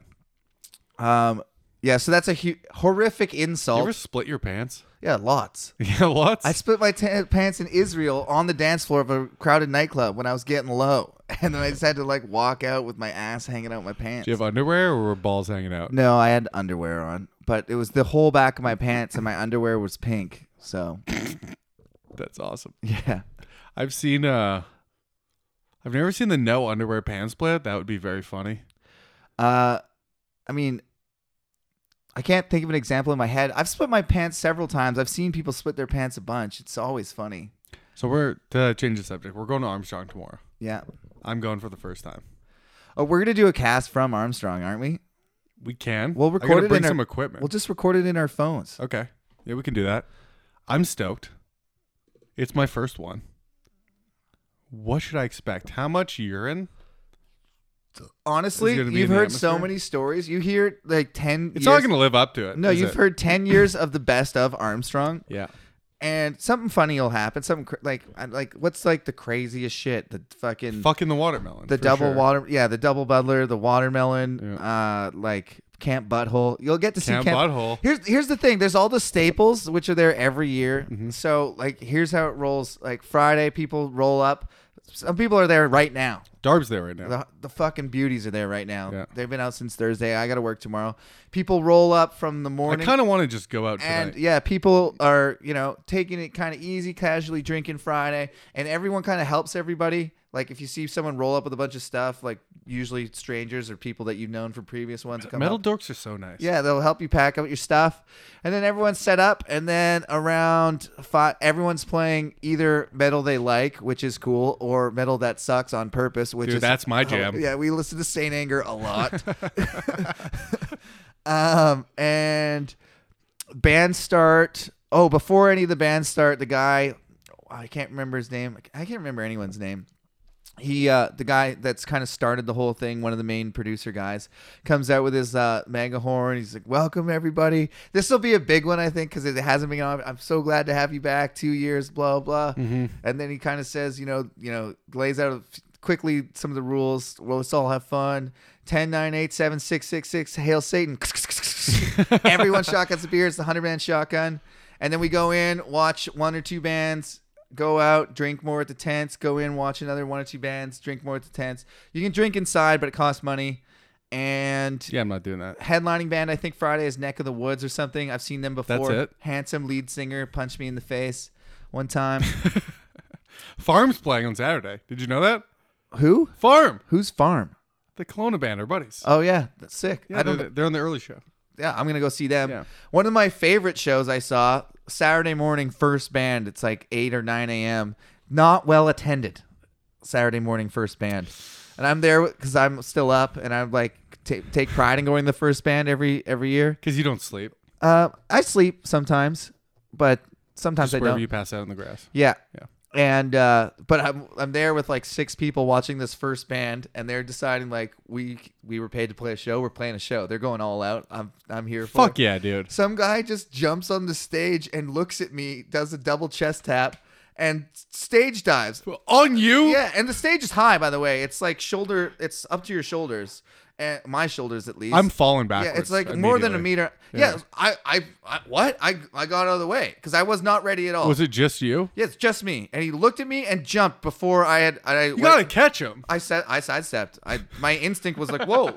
Speaker 1: Um, yeah. So that's a hu- horrific
Speaker 2: You
Speaker 1: insult.
Speaker 2: ever split your pants?
Speaker 1: yeah, lots.
Speaker 2: Yeah, lots.
Speaker 1: I split my ta pants in Israel on the dance floor of a crowded nightclub when I was getting low, and then I just had to like walk out with my ass hanging out my pants.
Speaker 2: Do you have underwear or were balls hanging out?
Speaker 1: no, I had underwear on, but it was the whole back of my pants, and my underwear was pink. So
Speaker 2: That's awesome.
Speaker 1: yeah,
Speaker 2: I've seen uh I've never seen the no underwear pants split. That would be very funny.
Speaker 1: uh, I mean, I can't think of an example in my head. I've split my pants several times. I've seen people split their pants a bunch. It's always funny.
Speaker 2: So we're to change the subject. We're going to Armstrong tomorrow.
Speaker 1: Yeah.
Speaker 2: I'm going for the first time.
Speaker 1: Oh, we're gonna do a cast from Armstrong, aren't we?
Speaker 2: We can.
Speaker 1: We'll
Speaker 2: I
Speaker 1: record
Speaker 2: gotta
Speaker 1: it
Speaker 2: bring
Speaker 1: in our-
Speaker 2: some equipment.
Speaker 1: We'll just record it in our phones.
Speaker 2: okay. Yeah, we can do that. I'm stoked. It's my first one. What should I expect? How much urine?
Speaker 1: Honestly,
Speaker 2: Is it gonna be
Speaker 1: you've
Speaker 2: in the
Speaker 1: heard so
Speaker 2: atmosphere?
Speaker 1: many stories. You hear like ten.
Speaker 2: It's
Speaker 1: years.
Speaker 2: not going to live up to it.
Speaker 1: No,
Speaker 2: is
Speaker 1: you've
Speaker 2: it?
Speaker 1: heard ten years of the best of Armstrong,
Speaker 2: Yeah.
Speaker 1: and something funny will happen. Something cr- like I- like what's like the craziest shit? The fucking
Speaker 2: Fucking the watermelon.
Speaker 1: the
Speaker 2: for
Speaker 1: double
Speaker 2: sure.
Speaker 1: water, yeah, the double butler, the watermelon, uh, like Camp Butthole. You'll get to see
Speaker 2: Camp Butthole.
Speaker 1: Here's here's the thing. There's all the staples which are there every year.
Speaker 2: Mm-hmm.
Speaker 1: So like, here's how it rolls. Like Friday, people roll up. Some people are there right now.
Speaker 2: Darb's there right now.
Speaker 1: The, the fucking beauties are there right now.
Speaker 2: Yeah.
Speaker 1: They've been out since Thursday. I got to work tomorrow. People roll up from the
Speaker 2: I
Speaker 1: morning.
Speaker 2: kind of want to just go out tonight.
Speaker 1: and yeah, people are, you know, taking it kind of easy, casually drinking Friday, and everyone kind of helps everybody. Like if you see someone roll up with a bunch of stuff, like usually strangers or people that you've known from previous ones come
Speaker 2: Metal
Speaker 1: up.
Speaker 2: dorks are so nice.
Speaker 1: Yeah, they'll help you pack up your stuff, and then everyone's set up, and then around five, everyone's playing either metal they like, which is cool, or metal that sucks on purpose, which
Speaker 2: Dude,
Speaker 1: is
Speaker 2: that's my jam.
Speaker 1: oh, Yeah, we listen to Saint Anger a lot, um, and band start. Oh, before any of the bands start, the guy I can't remember his name. I can't remember anyone's name he uh the guy that's kind of started the whole thing one of the main producer guys comes out with his uh mega horn he's like welcome everybody this will be a big one i think because it hasn't been on i'm so glad to have you back two years blah blah and then he kind of says you know you know lays out quickly some of the rules well let's all have fun 10 9 8 7 6 6 6 hail satan everyone shotguns a beer it's the 100 man shotgun and then we go in watch one or two bands go out, drink more at the tents, go in, watch another one or two bands, drink more at the tents. You can drink inside, but it costs money. And
Speaker 2: Yeah, I'm not doing that.
Speaker 1: headlining band, I think Friday is Neck of the Woods or something. I've seen them before.
Speaker 2: it?
Speaker 1: Handsome lead singer punched me in the face one time.
Speaker 2: Farm's playing on Saturday. Did you know that?
Speaker 1: Who?
Speaker 2: Farm,
Speaker 1: Who's Farm?
Speaker 2: the Kelowna band, are buddies.
Speaker 1: Oh yeah, that's sick.
Speaker 2: yeah,
Speaker 1: I don't.
Speaker 2: they're, they're on the early show.
Speaker 1: Yeah, I'm gonna go see them.
Speaker 2: Yeah.
Speaker 1: One of my favorite shows I saw Saturday morning, first band. It's like eight or nine a.m. Not well attended. Saturday morning, first band, and I'm there because I'm still up, and I'm like ta take pride in going to the first band every every year.
Speaker 2: Because you don't sleep.
Speaker 1: Uh, I sleep sometimes, but sometimes I
Speaker 2: Just wherever
Speaker 1: don't.
Speaker 2: you pass out in the grass.
Speaker 1: Yeah.
Speaker 2: Yeah.
Speaker 1: And uh, but I'm I'm there with like six people watching this first band, and they're deciding like we we were paid to play a show, we're playing a show. They're going all out. I'm I'm here for. it.
Speaker 2: Fuck yeah, dude.
Speaker 1: Some guy just jumps on the stage and looks at me, does a double chest tap, and stage dives.
Speaker 2: On you?
Speaker 1: Yeah, and the stage is high, by the way. It's like shoulder, it's up to your shoulders, and my shoulders at least.
Speaker 2: I'm falling
Speaker 1: yeah,
Speaker 2: backwards.
Speaker 1: it's like more than a
Speaker 2: immediately.
Speaker 1: meter. Yeah,
Speaker 2: Yeah.
Speaker 1: I, I, I, what? I, I got out of the way because I was not ready at all.
Speaker 2: Was it just you?
Speaker 1: Yeah, it's just me, and he looked at me and jumped before I had. I
Speaker 2: You gotta catch him.
Speaker 1: I said I sidestepped. I my instinct was like whoa,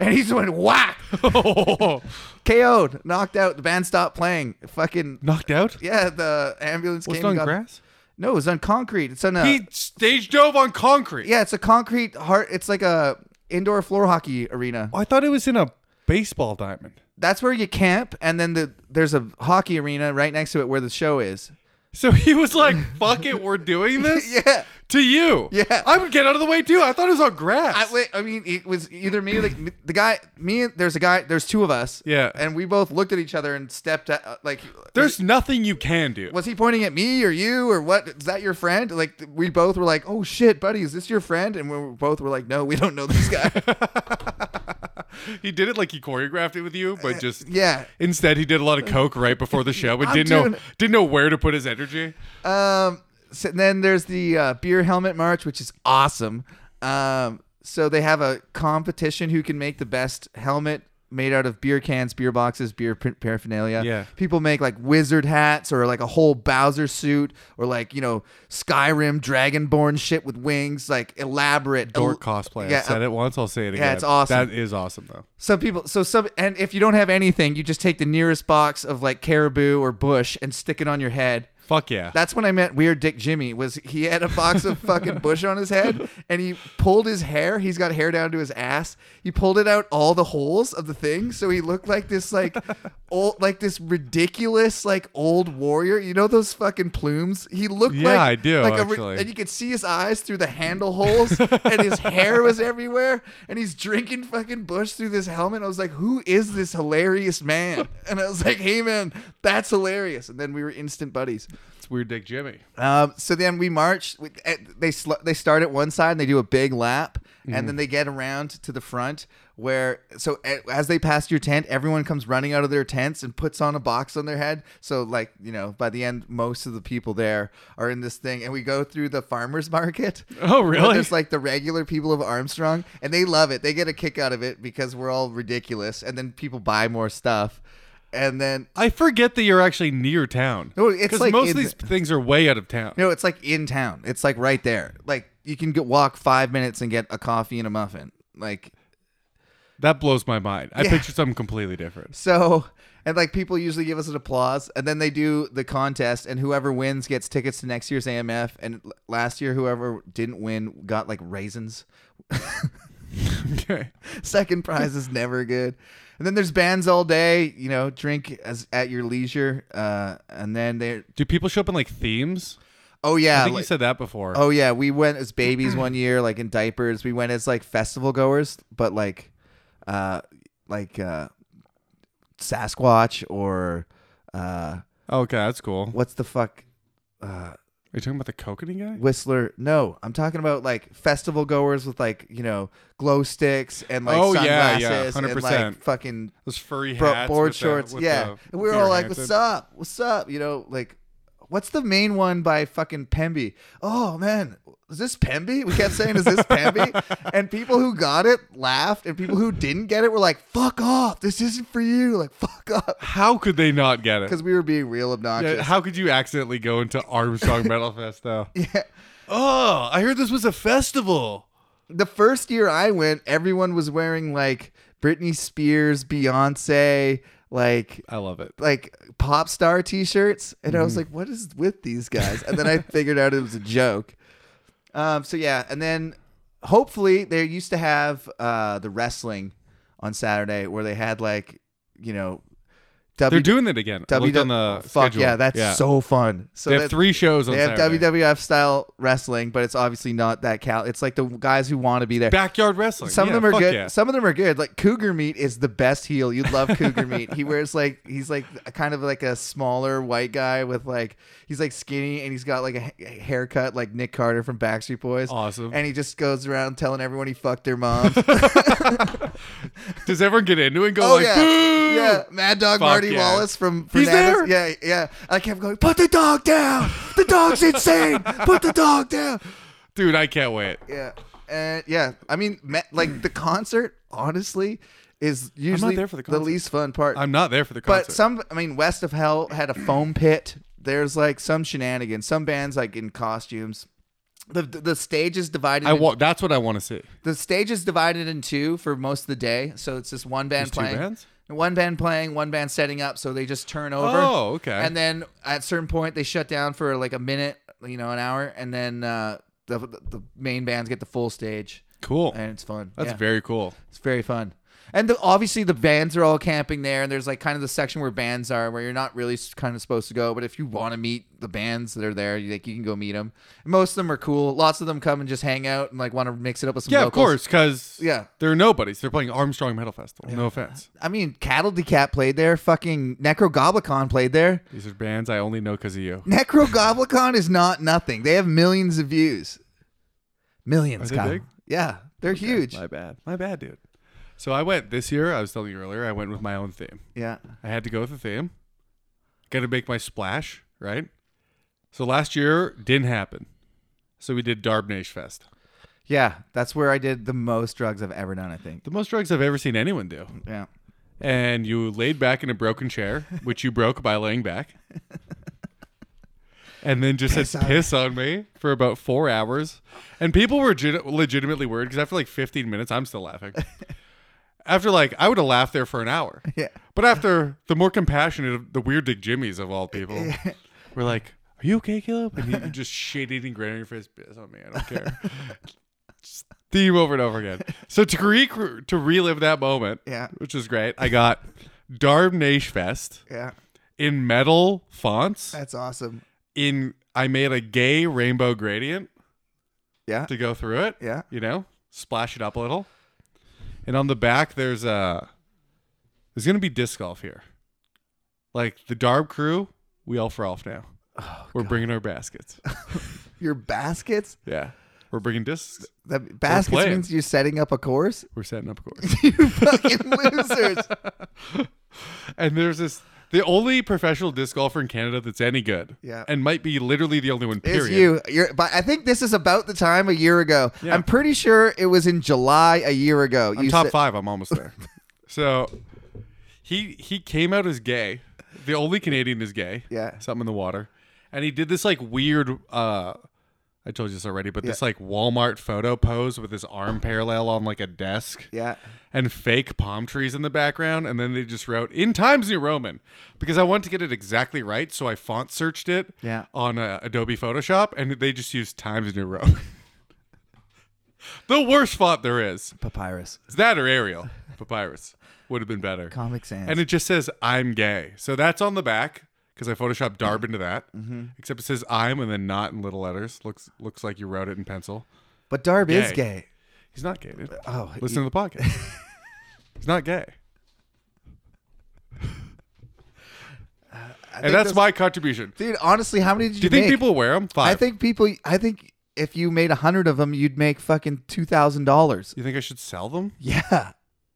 Speaker 1: and he just went whack, KO'd, knocked out. The band stopped playing. Fucking
Speaker 2: Knocked out?
Speaker 1: yeah, the ambulance
Speaker 2: Was it
Speaker 1: came.
Speaker 2: on
Speaker 1: and got-
Speaker 2: grass?
Speaker 1: No, it was on concrete. It's on a
Speaker 2: He stage dove on concrete.
Speaker 1: yeah, it's a concrete heart. It's like a indoor floor hockey arena.
Speaker 2: I thought it was in a baseball diamond.
Speaker 1: That's where you camp, and then the there's a hockey arena right next to it where the show is.
Speaker 2: So he was like, fuck it, we're doing this?
Speaker 1: Yeah.
Speaker 2: To you.
Speaker 1: Yeah.
Speaker 2: I would get out of the way too. I thought it was on grass.
Speaker 1: I, wait, I mean, it was either me, or the, the guy, me, and there's a guy, there's two of us.
Speaker 2: Yeah.
Speaker 1: And we both looked at each other and stepped out. Like,
Speaker 2: There's nothing you can do.
Speaker 1: was he pointing at me or you or what? Is that your friend? Like, we both were like, oh shit, buddy, is this your friend? And we both were like, no, we don't know this guy.
Speaker 2: He did it like he choreographed it with you, but just
Speaker 1: Uh, yeah.
Speaker 2: Instead, he did a lot of coke right before the show, but
Speaker 1: I'm
Speaker 2: didn't know
Speaker 1: doing-
Speaker 2: didn't know where to put his energy.
Speaker 1: Um, so then there's the uh, beer helmet march, which is awesome. Um, so they have a competition who can make the best helmet made out of beer cans, beer boxes, beer par- paraphernalia.
Speaker 2: Yeah.
Speaker 1: People make like wizard hats or like a whole Bowser suit or like, you know, Skyrim dragonborn shit with wings, like elaborate
Speaker 2: Dork
Speaker 1: el-
Speaker 2: cosplay.
Speaker 1: yeah,
Speaker 2: I said it once. I'll say it again.
Speaker 1: it's awesome.
Speaker 2: That is awesome though.
Speaker 1: Some people, so some, and if you don't have anything, you just take the nearest box of like caribou or bush and stick it on your head.
Speaker 2: Fuck yeah.
Speaker 1: That's when I met Weird Dick Jimmy. Was he had a box of fucking bush on his head, and he pulled his hair. He's got hair down to his ass. He pulled it out all the holes of the thing, so he looked like this like old, like this ridiculous like old warrior. You know those fucking plumes. He looked
Speaker 2: Yeah,
Speaker 1: like
Speaker 2: I do,
Speaker 1: like a ri-
Speaker 2: actually.
Speaker 1: and you could see his eyes through the handle holes, and his hair was everywhere, and he's drinking fucking bush through this helmet. I was like, who is this hilarious man? And I was like, hey man, that's hilarious. And then we were instant buddies.
Speaker 2: It's weird, Dick Jimmy.
Speaker 1: Um, so then we march. We- eh, They sl- they start at one side and they do a big lap, and
Speaker 2: Mm.
Speaker 1: then they get around to the front where. So eh, as they pass your tent, everyone comes running out of their tents and puts on a box on their head. So like you know, by the end, most of the people there are in this thing, and we go through the farmers market.
Speaker 2: Oh,
Speaker 1: where
Speaker 2: really?
Speaker 1: There's like the regular people of Armstrong, and they love it. They get a kick out of it because we're all ridiculous, and then people buy more stuff, and then
Speaker 2: I forget that you're actually near town.
Speaker 1: No, it's
Speaker 2: 'Cause
Speaker 1: like
Speaker 2: most
Speaker 1: in
Speaker 2: of these
Speaker 1: the-
Speaker 2: things are way out of town.
Speaker 1: No, it's like in town. It's like right there. Like you can go walk five minutes and get a coffee and a muffin. Like
Speaker 2: That blows my mind. I
Speaker 1: Yeah.
Speaker 2: pictured something completely different.
Speaker 1: so, and like people usually give us an applause, and then they do the contest, and whoever wins gets tickets to next year's AMF. And l- last year, whoever didn't win got like raisins.
Speaker 2: okay.
Speaker 1: Second prize is never good. And then there's bands all day. You know, drink as at your leisure. Uh, and then they, are
Speaker 2: Do people show up in like themes?
Speaker 1: oh yeah,
Speaker 2: I think
Speaker 1: like-
Speaker 2: you said that before.
Speaker 1: Oh yeah, we went as babies one year, like in diapers. We went as like festival goers, but like, uh, like uh, Sasquatch or uh,
Speaker 2: Oh, Okay, that's cool. Are
Speaker 1: what's the fuck
Speaker 2: you talking about the coconut guy?
Speaker 1: Whistler? No, I'm talking about like festival goers with like you know glow sticks and like
Speaker 2: Oh, yeah,
Speaker 1: sunglasses
Speaker 2: yeah,
Speaker 1: and like
Speaker 2: 100%.
Speaker 1: fucking
Speaker 2: Those furry
Speaker 1: bro-
Speaker 2: hats,
Speaker 1: board
Speaker 2: with the-
Speaker 1: shorts.
Speaker 2: with
Speaker 1: yeah,
Speaker 2: the
Speaker 1: and we were
Speaker 2: Peter
Speaker 1: all like,
Speaker 2: Hansen.
Speaker 1: "What's up? What's up?" You know, like, what's the main one by fucking Pemby? Oh man, is this Pemby? We kept saying, "Is this Pemby?" and people who got it laughed, and people who didn't get it were like, "Fuck off! This isn't for you!" Like, fuck off,
Speaker 2: How could they not get it?
Speaker 1: because we were being real
Speaker 2: Yeah,
Speaker 1: obnoxious. Yeah,
Speaker 2: how could you accidentally go into Armstrong Metal Fest though? Oh, I heard this was a festival.
Speaker 1: the first year I went, everyone was wearing like Britney Spears, Beyonce, like
Speaker 2: I love it.
Speaker 1: like pop star t-shirts and i was
Speaker 2: Mm-hmm.
Speaker 1: like what is with these guys and then i figured out it was a joke um, so yeah and then hopefully they used to have uh, the wrestling on saturday where they had like you know
Speaker 2: They're
Speaker 1: w-
Speaker 2: doing it again. I looked on the
Speaker 1: fuck
Speaker 2: schedule.
Speaker 1: yeah that's so fun so
Speaker 2: they have
Speaker 1: that-
Speaker 2: three shows on
Speaker 1: they have
Speaker 2: Saturday.
Speaker 1: WWF style wrestling, but it's obviously not that cal. It's like the guys who want to be there.
Speaker 2: Backyard wrestling.
Speaker 1: Some
Speaker 2: Yeah,
Speaker 1: of them are
Speaker 2: fuck
Speaker 1: good.
Speaker 2: yeah.
Speaker 1: Some of them are good. Like Cougar Meat is the best heel. You'd love Cougar Meat. He wears like he's like a kind of like a smaller white guy with like he's like skinny and he's got like a ha- a haircut like Nick Carter from Backstreet Boys.
Speaker 2: Awesome.
Speaker 1: And he just goes around telling everyone he fucked their mom.
Speaker 2: Does everyone get into it and go
Speaker 1: oh
Speaker 2: like,
Speaker 1: yeah,
Speaker 2: "Boo!"
Speaker 1: yeah. Mad Dog
Speaker 2: Fuck
Speaker 1: Marty
Speaker 2: yeah.
Speaker 1: Wallace from
Speaker 2: He's
Speaker 1: Fernandez.
Speaker 2: there?
Speaker 1: Yeah, yeah. I kept going. Put the dog down. The dog's insane. Put the dog down.
Speaker 2: Dude, I can't wait.
Speaker 1: Yeah. And yeah, I mean, ma- like the concert, honestly, is usually
Speaker 2: there for the
Speaker 1: the
Speaker 2: concert.
Speaker 1: least fun part.
Speaker 2: I'm not there for the concert.
Speaker 1: but some, I mean, West of Hell had a foam pit. There's like some shenanigans. Some bands like in costumes. The the, the stage is divided.
Speaker 2: I
Speaker 1: in-
Speaker 2: wa- that's what I want to see.
Speaker 1: the stage is divided in two for most of the day. So it's just one band
Speaker 2: There's two
Speaker 1: playing,
Speaker 2: bands?
Speaker 1: one band playing, one band setting up. So they just turn over.
Speaker 2: Oh, okay.
Speaker 1: And then at a certain point they shut down for like a minute, you know, an hour, and then uh, the the main bands get the full stage,
Speaker 2: Cool.
Speaker 1: and it's fun.
Speaker 2: That's
Speaker 1: Yeah.
Speaker 2: very cool.
Speaker 1: It's very fun. And the, obviously, the bands are all camping there, and there's like kind of the section where bands are, where you're not really s- kind of supposed to go. But if you want to meet the bands that are there, you, like you can go meet them. most of them are cool. Lots of them come and just hang out and like want to mix it up with some.
Speaker 2: Yeah, of
Speaker 1: locals.
Speaker 2: course, because
Speaker 1: Yeah.
Speaker 2: they're nobodies. They're playing Armstrong Metal Festival. No offense.
Speaker 1: I mean, Cattle Decat played there. Fucking Necrogoblicon played there.
Speaker 2: These are bands I only know because of you.
Speaker 1: Necrogoblicon is not nothing. They have millions of views. Millions,
Speaker 2: Are they
Speaker 1: Kyle.
Speaker 2: big?
Speaker 1: Yeah, they're huge.
Speaker 2: My bad. My bad, dude. So I went this year. I was telling you earlier. I went with my own theme.
Speaker 1: Yeah.
Speaker 2: I had to go with the theme. Got to make my splash, right? So last year didn't happen. So we did Darbnage Fest.
Speaker 1: Yeah, that's where I did the most drugs I've ever done, I think.
Speaker 2: The most drugs I've ever seen anyone do.
Speaker 1: Yeah.
Speaker 2: And you laid back in a broken chair, which you broke by laying back. And then just said piss on me for about four hours. And people were legit- legitimately worried because after like 15 minutes, I'm still laughing. After like, I would have laughed there for an hour.
Speaker 4: Yeah.
Speaker 2: But after the more compassionate, of the weird Dick Jimmys of all people were like, Are you okay, Caleb? And you just shit eating grin on your face, piss on me. I don't care. Just theme over and over again. So to, re- to relive that moment,
Speaker 4: Yeah.
Speaker 2: which is great, I got Darmnashfest Fest
Speaker 4: Yeah.
Speaker 2: in metal fonts.
Speaker 4: That's awesome.
Speaker 2: In I made a gay rainbow gradient
Speaker 4: Yeah.
Speaker 2: to go through it.
Speaker 4: Yeah.
Speaker 2: You know, splash it up a little. And on the back, there's a. There's gonna be disc golf here. Like the Darb crew, we all for off now.
Speaker 4: Oh,
Speaker 2: We're bringing our baskets.
Speaker 4: Your baskets?
Speaker 2: yeah, we're bringing discs.
Speaker 4: That baskets
Speaker 2: playing.
Speaker 4: means you're setting up a course?
Speaker 2: We're setting up a course.
Speaker 4: you fucking losers.
Speaker 2: and there's this. The only professional disc golfer in Canada that's any good,
Speaker 4: Yeah.
Speaker 2: and might be literally the only one. Period.
Speaker 4: It's you. You're, but I think this is about the time a year ago.
Speaker 2: Yeah.
Speaker 4: I'm pretty sure it was in July a year ago.
Speaker 2: I'm
Speaker 4: you
Speaker 2: top
Speaker 4: said-
Speaker 2: five. I'm almost there. so he he came out as gay. The only Canadian is gay.
Speaker 4: Yeah.
Speaker 2: Something in the water. And he did this like weird uh I told you this already, but this like Walmart photo pose with his arm parallel on like a desk
Speaker 4: Yeah.
Speaker 2: and fake palm trees in the background. And then they just wrote in Times New Roman because I wanted to get it exactly right. So I font searched it
Speaker 4: Yeah.
Speaker 2: on uh, Adobe Photoshop and they just used Times New Roman. the worst font there is.
Speaker 1: Papyrus.
Speaker 2: It's that or Ariel. Papyrus would have been better.
Speaker 1: Comic Sans.
Speaker 2: And it just says, I'm gay. So that's on the back because I photoshopped Darb into that.
Speaker 4: Mm-hmm.
Speaker 2: Except it says I'm and then not in little letters. Looks looks like you wrote it in pencil.
Speaker 4: But Darb
Speaker 2: Gay.
Speaker 4: is gay.
Speaker 2: He's not gay, dude.
Speaker 4: Oh,
Speaker 2: Listen to the podcast. He's not gay.
Speaker 4: I think
Speaker 2: And that's
Speaker 4: those-
Speaker 2: my contribution.
Speaker 4: Dude, honestly, how many did
Speaker 2: Do you
Speaker 4: you,
Speaker 2: think
Speaker 4: make?
Speaker 2: people wear them? Five.
Speaker 4: I think people. I think if you made a hundred of them, you'd make fucking two thousand dollars.
Speaker 2: you think I should sell them?
Speaker 4: Yeah.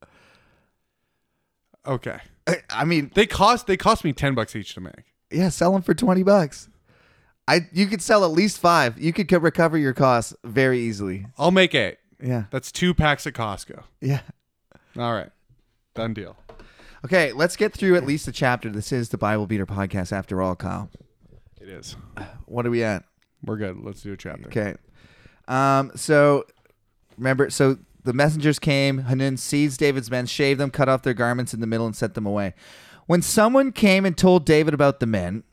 Speaker 2: Okay.
Speaker 4: I- I mean,
Speaker 2: They cost they cost me ten bucks each to make.
Speaker 4: yeah, sell them for twenty bucks. I you could sell at least five. You could co- recover your costs very easily.
Speaker 2: I'll make eight.
Speaker 4: Yeah.
Speaker 2: That's two packs at Costco.
Speaker 4: Yeah.
Speaker 2: All right. Done deal.
Speaker 1: Okay, let's get through at least a chapter. This is the Bible Beater podcast after all, Kyle.
Speaker 2: It is.
Speaker 4: What are we at?
Speaker 2: We're good. Let's do a chapter.
Speaker 1: Okay. Um, so remember, so the messengers came. Hanun seized David's men, shaved them, cut off their garments in the middle, and sent them away. When someone came and told David about the men,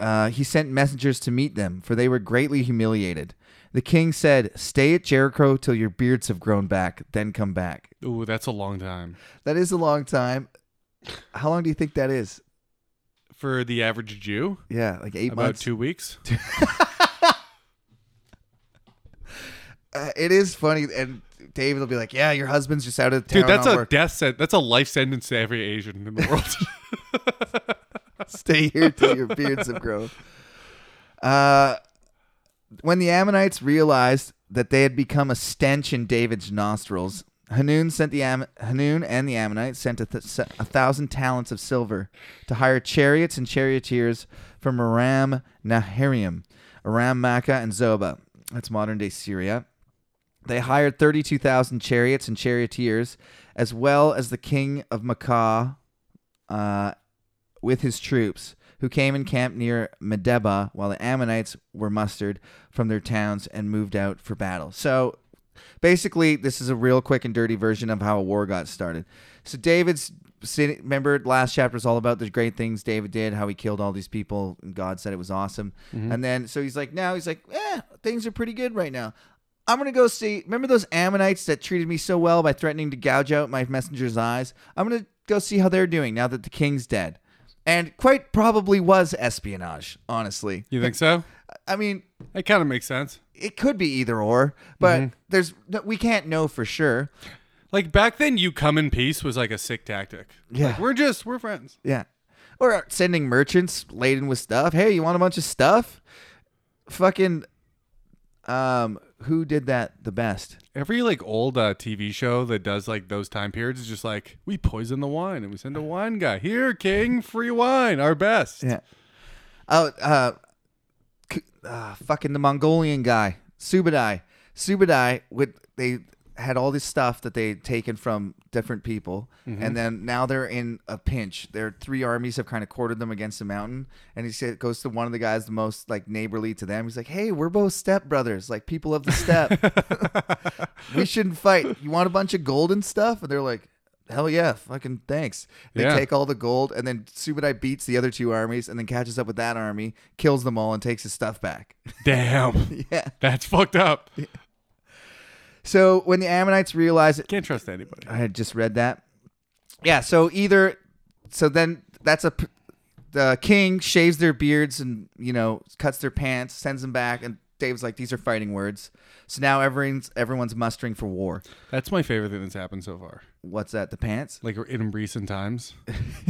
Speaker 1: uh, he sent messengers to meet them, for they were greatly humiliated. The king said, Stay at Jericho till your beards have grown back, then come back.
Speaker 2: Ooh, that's a long time
Speaker 4: That is a long time. How long do you think that is?
Speaker 2: for the average Jew.
Speaker 4: Yeah, like eight
Speaker 2: About
Speaker 4: months.
Speaker 2: two weeks.
Speaker 4: Uh, it is funny, and David will be like, "Yeah, your husband's just out of town.
Speaker 2: Dude, that's
Speaker 4: on
Speaker 2: a
Speaker 4: work.
Speaker 2: death sentence. That's a life sentence to every Asian in the world.
Speaker 4: Stay here till your beards have grown."
Speaker 1: Uh, when the Ammonites realized that they had become a stench in David's nostrils, Hanun sent the Am- Hanun and the Ammonites sent a, th- a thousand talents of silver to hire chariots and charioteers from Aram Naharaim, Aram Makkah, and Zoba. That's modern day Syria. They hired 32,000 chariots and charioteers, as well as the king of Makkah uh, with his troops, who came and camped near Medeba while the Ammonites were mustered from their towns and moved out for battle. So basically, this is a real quick and dirty version of how a war got started. So David's city- remember last chapter is all about the great things David did, how he killed all these people, and God said it was awesome. And then so he's like, now he's like, eh, things are pretty good right now. I'm gonna go see. Remember those Ammonites that treated me so well by threatening to gouge out my messenger's eyes? I'm gonna go see how they're doing now that the king's dead, and quite probably was espionage. Honestly,
Speaker 2: you think so?
Speaker 1: I mean,
Speaker 2: That kind of makes sense.
Speaker 1: it could be either or, but there's no, we can't know for sure.
Speaker 2: Like back then, you come in peace was like a sick tactic.
Speaker 1: Yeah.
Speaker 2: Like, we're just we're friends.
Speaker 1: Yeah, or sending merchants laden with stuff. Hey, you want a bunch of stuff? Fucking, um, who did that the best?
Speaker 2: Every like old uh, TV show that does like those time periods is just like we poison the wine and we send a wine guy here, king, free wine, our best.
Speaker 1: Yeah. Oh, uh, c- uh, fucking the Mongolian guy, Subadai. Subadai would they had all this stuff that they'd taken from different people, and then now they're in a pinch. Their three armies have kind of quartered them against a mountain, and he said, goes to one of the guys the most like neighborly to them. He's like, "Hey, we're both step brothers, like people of the step. we shouldn't fight. You want a bunch of gold and stuff?" And they're like. Hell yeah, fucking thanks. They
Speaker 2: Yeah.
Speaker 1: take all the gold, and then Subadai beats the other two armies, and then catches up with that army, kills them all, and takes his stuff back.
Speaker 2: Damn.
Speaker 1: yeah.
Speaker 2: That's fucked up.
Speaker 1: So when the Ammonites realize it,
Speaker 2: Can't trust anybody.
Speaker 1: I had just read that. Yeah. So either, so then that's a, p- the king shaves their beards and you know cuts their pants, sends them back, and Dave's like, these are fighting words. So now everyone's everyone's mustering for war.
Speaker 2: That's my favorite thing that's happened so far.
Speaker 1: What's that? The pants?
Speaker 2: Like in recent times.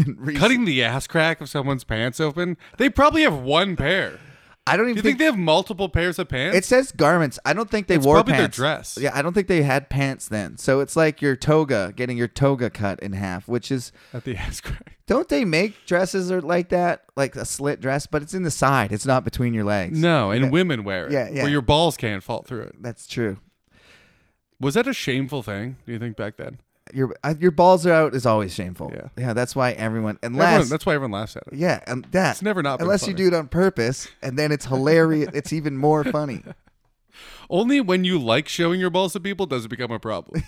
Speaker 1: Reese-
Speaker 2: Cutting the ass crack of someone's pants open. They probably have one pair.
Speaker 1: I don't
Speaker 2: Do
Speaker 1: even
Speaker 2: you
Speaker 1: think,
Speaker 2: think they have multiple pairs of pants?
Speaker 1: it says garments. I don't think they wore
Speaker 2: probably their
Speaker 1: pants.
Speaker 2: dress.
Speaker 1: Yeah, I don't think they had pants then. So it's like your toga, getting your toga cut in half, which is
Speaker 2: at the ass crack.
Speaker 1: Don't they make dresses or like that, like a slit dress, but it's in the side. It's not between your legs.
Speaker 2: No, and women wear it.
Speaker 1: Yeah, yeah.
Speaker 2: Where your balls can't fall through it.
Speaker 1: that's true.
Speaker 2: Was that a shameful thing? Do you think back then?
Speaker 1: Your uh, your balls are out is always shameful.
Speaker 2: Yeah.
Speaker 1: that's why everyone unless
Speaker 2: Everyone, that's why everyone laughs at it.
Speaker 1: yeah, um, that
Speaker 2: It's never not been
Speaker 1: unless you
Speaker 2: funny.
Speaker 1: do it on purpose, and then it's hilarious. it's even more funny.
Speaker 2: Only when you like showing your balls to people does it become a problem.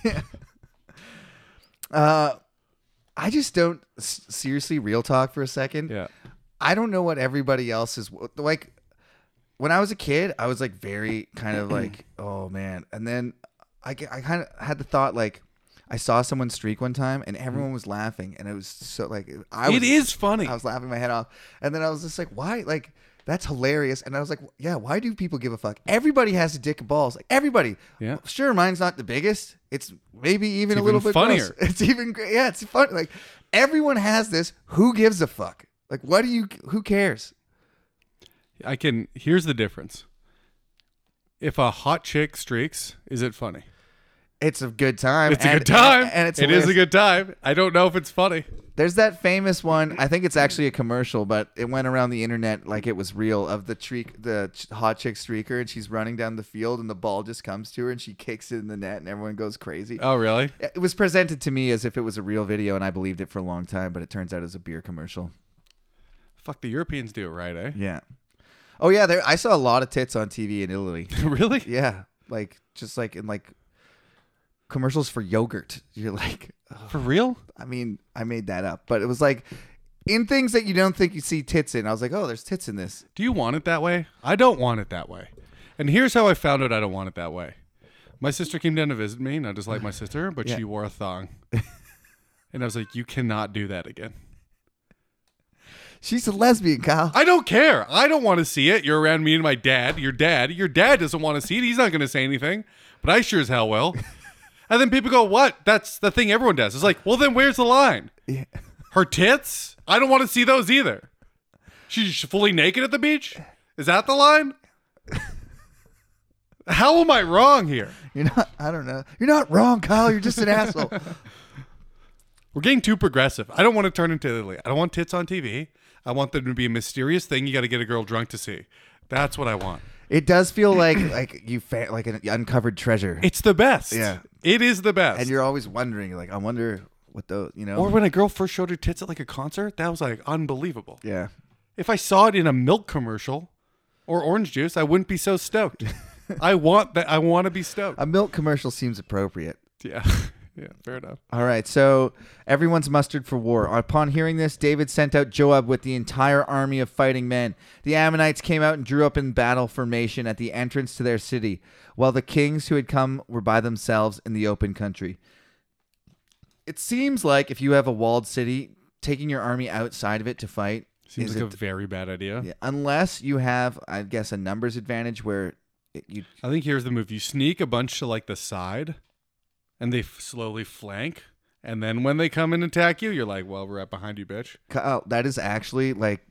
Speaker 1: I just don't s- seriously real talk for a second.
Speaker 2: yeah.
Speaker 1: I don't know what everybody else is like. When I was a kid, I was like very kind of like, oh man. And then I, ge- I kind of had the thought like, I saw someone streak one time and everyone was laughing and it was so like I was,
Speaker 2: Mm-hmm. it is funny.
Speaker 1: I was laughing my head off and then I was just like, why? Like that's hilarious. And I was like, yeah, why do people give a fuck? Everybody has a dick and balls. Like everybody.
Speaker 2: Yeah.
Speaker 1: Sure, mine's not the biggest. It's maybe even
Speaker 2: It's
Speaker 1: a little
Speaker 2: even
Speaker 1: bit gross.
Speaker 2: funnier.
Speaker 1: It's even great. Yeah, it's fun. Like everyone has this. Who gives a fuck? Like, what do you? Who cares?
Speaker 2: I can. Here's the difference. If a hot chick streaks, is it funny?
Speaker 1: It's a good time.
Speaker 2: It's a
Speaker 1: and-
Speaker 2: good time.
Speaker 1: and, and it's
Speaker 2: it is a
Speaker 1: hilarious.
Speaker 2: good time. I don't know if it's funny.
Speaker 1: There's that famous one. I think it's actually a commercial, but it went around the internet like it was real. Of the treak, the ch- hot chick streaker, and she's running down the field, and the ball just comes to her, and she kicks it in the net, and everyone goes crazy.
Speaker 2: Oh, really?
Speaker 1: It was presented to me as if it was a real video, and I believed it for a long time, but it turns out it was a beer commercial.
Speaker 2: Fuck the Europeans do it right, eh?
Speaker 1: Yeah. Oh yeah, there. I saw a lot of tits on TV in Italy.
Speaker 2: really?
Speaker 1: Yeah, like just like in like commercials for yogurt. You're like,
Speaker 2: For real?
Speaker 1: I mean, I made that up, but it was like in things that you don't think you see tits in. I was like, oh, there's tits in this.
Speaker 2: Do you want it that way? I don't want it that way. And here's how I found out I don't want it that way. My sister came down to visit me, and I just like my sister, but
Speaker 1: Yeah.
Speaker 2: she wore a thong. and I was like, you cannot do that again.
Speaker 1: She's a lesbian, Kyle.
Speaker 2: I don't care. I don't want to see it. You're around me and my dad. Your dad. Your dad doesn't want to see it. He's not going to say anything. But I sure as hell will. and then people go, "What? That's the thing everyone does." It's like, well, then where's the line?
Speaker 1: Yeah.
Speaker 2: Her tits. I don't want to see those either. She's fully naked at the beach. Is that the line? How am I wrong here?
Speaker 1: You're not. I don't know. You're not wrong, Kyle. You're just an asshole.
Speaker 2: We're getting too progressive. I don't want to turn into Italy. I don't want tits on TV. I want them to be a mysterious thing you got to get a girl drunk to see. That's what I want.
Speaker 1: It does feel like like you fa- like an uncovered treasure,
Speaker 2: It's the best.
Speaker 1: Yeah.
Speaker 2: It is the best.
Speaker 1: and you're always wondering, like, I wonder what those, you know.
Speaker 2: or when a girl first showed her tits at like a concert, that was like unbelievable.
Speaker 1: yeah.
Speaker 2: If I saw it in a milk commercial or orange juice, I wouldn't be so stoked. I want that I want to be stoked.
Speaker 1: A milk commercial seems appropriate.
Speaker 2: yeah. Yeah, fair enough.
Speaker 1: All right, so everyone's mustered for war. Upon hearing this, David sent out Joab with the entire army of fighting men. The Ammonites came out and drew up in battle formation at the entrance to their city, while the kings who had come were by themselves in the open country. It seems like if you have a walled city, taking your army outside of it to fight
Speaker 2: Seems
Speaker 1: is
Speaker 2: like
Speaker 1: it-
Speaker 2: a very bad idea.
Speaker 1: yeah, unless you have, I guess, a numbers advantage where it, you
Speaker 2: I think here's the move. You sneak a bunch to like the side and they f- slowly flank. And then when they come and attack you, you're like, well, we're right behind you, bitch.
Speaker 1: Kyle, that is actually like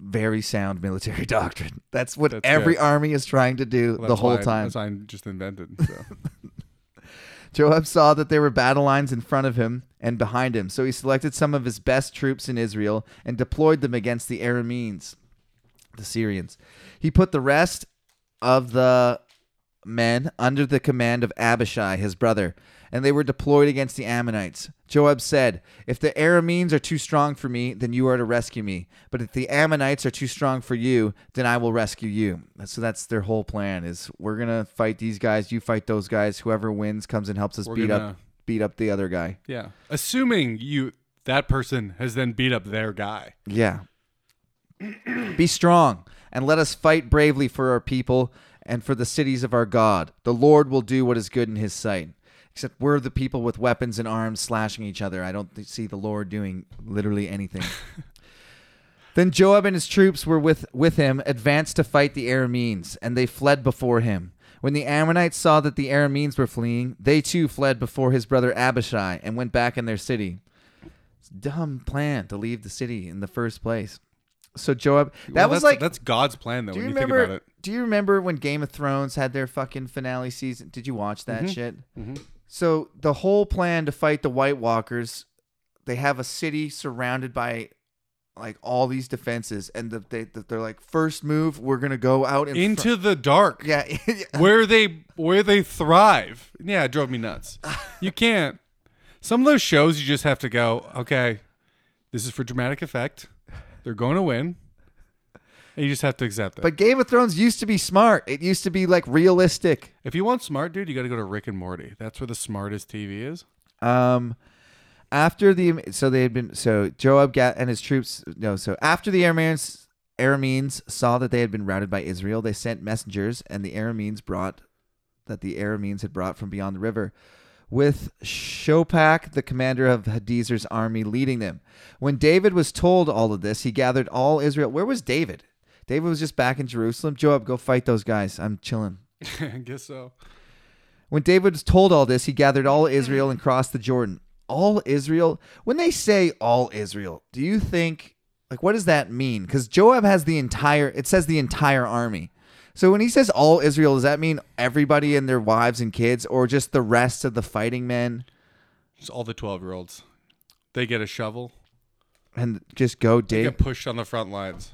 Speaker 1: very sound military doctrine. That's what
Speaker 2: That's
Speaker 1: every
Speaker 2: good.
Speaker 1: army is trying to do
Speaker 2: Well,
Speaker 1: the
Speaker 2: that's why
Speaker 1: whole
Speaker 2: I-
Speaker 1: time.
Speaker 2: That's why I just invented. So.
Speaker 1: Joab saw that there were battle lines in front of him and behind him, so he selected some of his best troops in Israel and deployed them against the Arameans, the Syrians. He put the rest of the men under the command of Abishai, his brother, and they were deployed against the Ammonites. Joab said, If the Arameans are too strong for me, then you are to rescue me. But if the Ammonites are too strong for you, then I will rescue you. So that's their whole plan is we're going to fight these guys, you fight those guys, whoever wins comes and helps us
Speaker 2: We're
Speaker 1: beat
Speaker 2: gonna-
Speaker 1: up beat up the other guy.
Speaker 2: Yeah. Assuming you that person has then beat up their guy.
Speaker 1: Yeah. Be strong and let us fight bravely for our people and for the cities of our God. The Lord will do what is good in his sight. Except we're the people with weapons and arms slashing each other. I don't th- see the Lord doing literally anything. then Joab and his troops were with, with him, advanced to fight the Arameans, and they fled before him. When the Ammonites saw that the Arameans were fleeing, they too fled before his brother Abishai and went back in their city dumb plan to leave the city in the first place. So Joab, that
Speaker 2: Well,
Speaker 1: was
Speaker 2: that's,
Speaker 1: like.
Speaker 2: that's God's plan though
Speaker 1: do you
Speaker 2: when Oh, you
Speaker 1: remember?
Speaker 2: think about it.
Speaker 1: Do you remember when Game of Thrones had their fucking finale season? Did you watch that
Speaker 2: Mm-hmm.
Speaker 1: shit? So the whole plan to fight the White Walkers, they have a city surrounded by like all these defenses, and the, they they're like first move, we're gonna go out and fr-
Speaker 2: Into the dark.
Speaker 1: yeah.
Speaker 2: Where they where they thrive. Yeah, it drove me nuts. You can't. Some of those shows you just have to go, okay, this is for dramatic effect. They're going to win. And you just have to accept that.
Speaker 1: but Game of Thrones used to be smart. It used to be like realistic.
Speaker 2: If you want smart, dude, you got to go to Rick and Morty. That's where the smartest TV is.
Speaker 1: Um, after the so they had been so Joab ga- and his troops no so after the Arameans Arameans saw that they had been routed by Israel, they sent messengers, and the Arameans brought that the Arameans had brought from beyond the river. With Shopak, the commander of Hadezer's army, leading them. When David was told all of this, he gathered all Israel. Where was David? David was just back in Jerusalem. Joab, go fight those guys. I'm chilling.
Speaker 2: I guess so.
Speaker 1: When David was told all this, he gathered all Israel and crossed the Jordan. All Israel? When they say all Israel, do you think, like, what does that mean? Because Joab has the entire, it says the entire army. So when he says all Israel, does that mean everybody and their wives and kids or just the rest of the fighting men
Speaker 2: Just all the 12 year olds. They get a shovel,
Speaker 1: and just go,
Speaker 2: they
Speaker 1: David?
Speaker 2: get pushed on the front lines.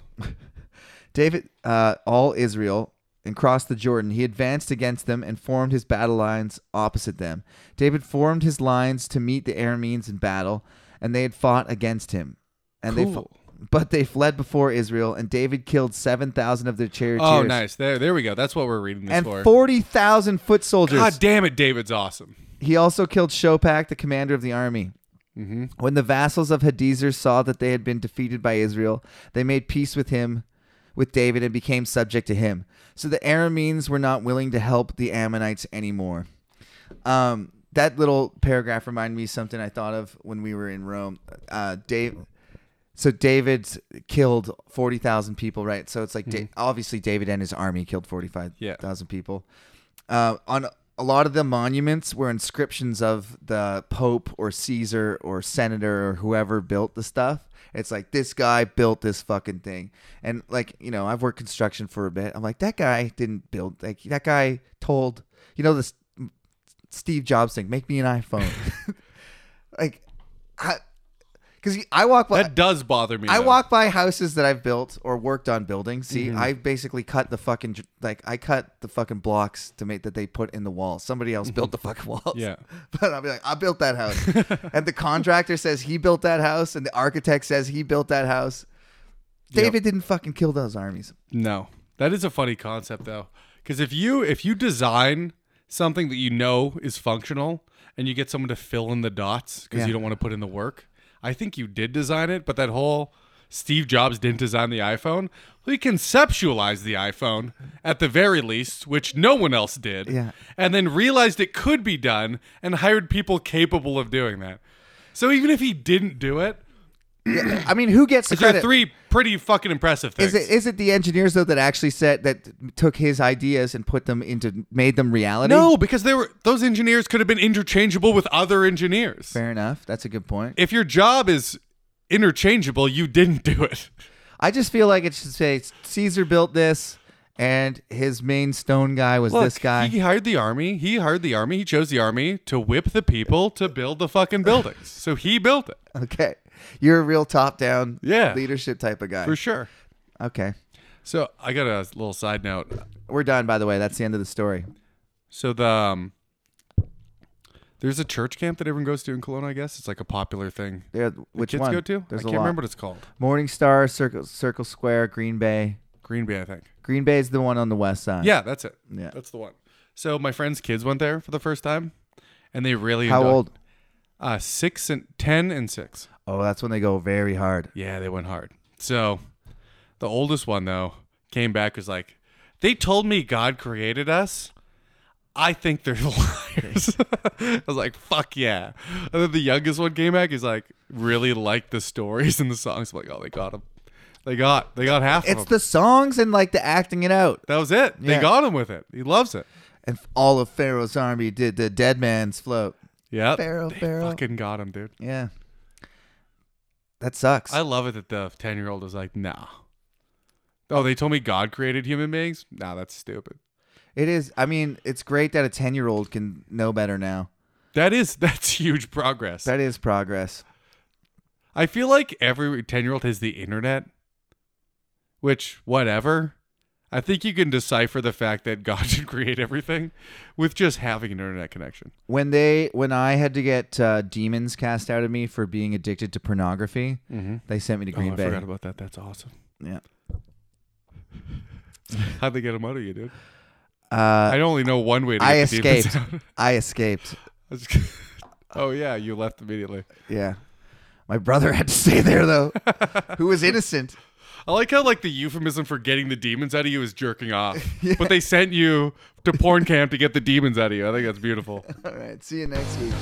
Speaker 1: David, uh, all Israel, and crossed the Jordan. He advanced against them and formed his battle lines opposite them. David formed his lines to meet the Arameans in battle, and they had fought against him. And they,
Speaker 2: Cool.
Speaker 1: fo- but they fled before Israel, and David killed seven thousand of their charioteers
Speaker 2: Oh, nice. There there we go. That's what we're reading this
Speaker 1: and
Speaker 2: for.
Speaker 1: forty thousand foot soldiers.
Speaker 2: God damn it, David's awesome.
Speaker 1: He also killed Shopak, the commander of the army. When the vassals of Hadazer saw that they had been defeated by Israel, they made peace with him, with David, and became subject to him. So the Arameans were not willing to help the Ammonites anymore. Um, that little paragraph reminded me of something I thought of when we were in Rome. Uh, Dave, so David's killed forty thousand people, right? So it's like Da- obviously David and his army killed forty five thousand people. Uh, on a lot of the monuments were inscriptions of the Pope or Caesar or Senator or whoever built the stuff. It's like this guy built this fucking thing, and like you know, I've worked construction for a bit. I'm like that guy didn't build. Like that guy told you know this Steve Jobs thing. Make me an iPhone. like, because I walk by.
Speaker 2: That does bother me.
Speaker 1: I
Speaker 2: though.
Speaker 1: walk by houses that I've built or worked on building. See,
Speaker 2: Mm-hmm.
Speaker 1: I basically cut the fucking like I cut the fucking blocks to make that they put in the wall. Somebody else built the fucking walls.
Speaker 2: Yeah.
Speaker 1: but I'll be like, I built that house, and the contractor says he built that house, and the architect says he built that house.
Speaker 2: Yep.
Speaker 1: David didn't fucking kill those armies.
Speaker 2: No, that is a funny concept though, because if you if you design something that you know is functional and you get someone to fill in the dots because
Speaker 1: Yeah.
Speaker 2: you don't want to put in the work, I think you did design it. But that whole Steve Jobs didn't design the iPhone. He conceptualized the iPhone at the very least, which no one else did.
Speaker 1: Yeah.
Speaker 2: And then realized it could be done and hired people capable of doing that. So even if he didn't do it,
Speaker 1: I mean, who gets the
Speaker 2: there are
Speaker 1: credit?
Speaker 2: three pretty fucking impressive
Speaker 1: Is
Speaker 2: things.
Speaker 1: it is it the engineers though that actually said that took his ideas and put them into made them reality?
Speaker 2: No, because they were those engineers could have been interchangeable with other engineers.
Speaker 1: fair enough. That's a good point.
Speaker 2: If your job is interchangeable, you didn't do it.
Speaker 1: I just feel like it should say Caesar built this, and his main stone guy was this guy.
Speaker 2: He hired the army. He hired the army. He chose the army to whip the people to build the fucking buildings. so he built it
Speaker 1: okay, you're a real top-down,
Speaker 2: Yeah.
Speaker 1: leadership type of guy.
Speaker 2: for sure.
Speaker 1: Okay,
Speaker 2: So I got a little side note.
Speaker 1: we're done. By the way, that's the end of the story.
Speaker 2: So the um, there's a church camp that everyone goes to in Kelowna. I guess it's like a popular thing.
Speaker 1: There, which
Speaker 2: Kids
Speaker 1: one?
Speaker 2: go to.
Speaker 1: There's
Speaker 2: I
Speaker 1: a
Speaker 2: can't
Speaker 1: lot.
Speaker 2: remember what it's called.
Speaker 1: Morning Star, Circle Circle Square, Green Bay.
Speaker 2: Green Bay, I think.
Speaker 1: Green Bay is the one on the west side.
Speaker 2: Yeah, that's it.
Speaker 1: Yeah.
Speaker 2: That's the one. So my friend's kids went there for the first time, and they really
Speaker 1: How
Speaker 2: indulged-
Speaker 1: old?
Speaker 2: Uh, six and ten and six.
Speaker 1: Oh, that's when they go very hard.
Speaker 2: Yeah, they went hard. So the oldest one though came back was like, they told me God created us. I think they're liars. I was like, fuck yeah. And then the youngest one came back. He's like, really liked the stories and the songs. I'm like, oh, they got him. They got, they got half
Speaker 1: It's
Speaker 2: of them.
Speaker 1: the songs and like the acting it out.
Speaker 2: that was it. They
Speaker 1: Yeah.
Speaker 2: got him with it. He loves it.
Speaker 1: And all of Pharaoh's army did the dead man's float.
Speaker 2: Yeah.
Speaker 1: Pharaoh,
Speaker 2: they
Speaker 1: Pharaoh.
Speaker 2: fucking got him, dude.
Speaker 1: Yeah. That sucks.
Speaker 2: I love it that the 10 year old was like, nah. Oh, they told me God created human beings? Nah, that's stupid.
Speaker 1: it is. I mean, it's great that a 10 year old can know better now.
Speaker 2: That is, that's huge progress.
Speaker 1: That is progress.
Speaker 2: I feel like every 10 year old has the internet, which, whatever. I think you can decipher the fact that God should create everything with just having an internet connection.
Speaker 1: When they, when I had to get uh, demons cast out of me for being addicted to pornography,
Speaker 2: Mm-hmm.
Speaker 1: they sent me to Green
Speaker 2: oh, I
Speaker 1: Bay.
Speaker 2: forgot about that. That's awesome.
Speaker 1: Yeah.
Speaker 2: How'd they get him out of you, dude?
Speaker 1: Uh,
Speaker 2: I only know one way to get
Speaker 1: I
Speaker 2: the demons
Speaker 1: escaped.
Speaker 2: out.
Speaker 1: I escaped.
Speaker 2: I was just- oh, yeah, you left immediately.
Speaker 1: Yeah. My brother had to stay there though, who was innocent.
Speaker 2: I like how like the euphemism for getting the demons out of you is jerking off, but they sent you to porn camp to get the demons out of you. I think that's beautiful.
Speaker 1: All right. See you next week.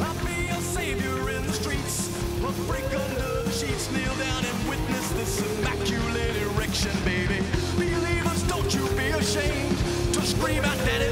Speaker 5: I'll be a savior in the streets. I'll break under the sheets, kneel down and witness this immaculate erection, baby. Believers, don't you be ashamed to scream out that it Oh,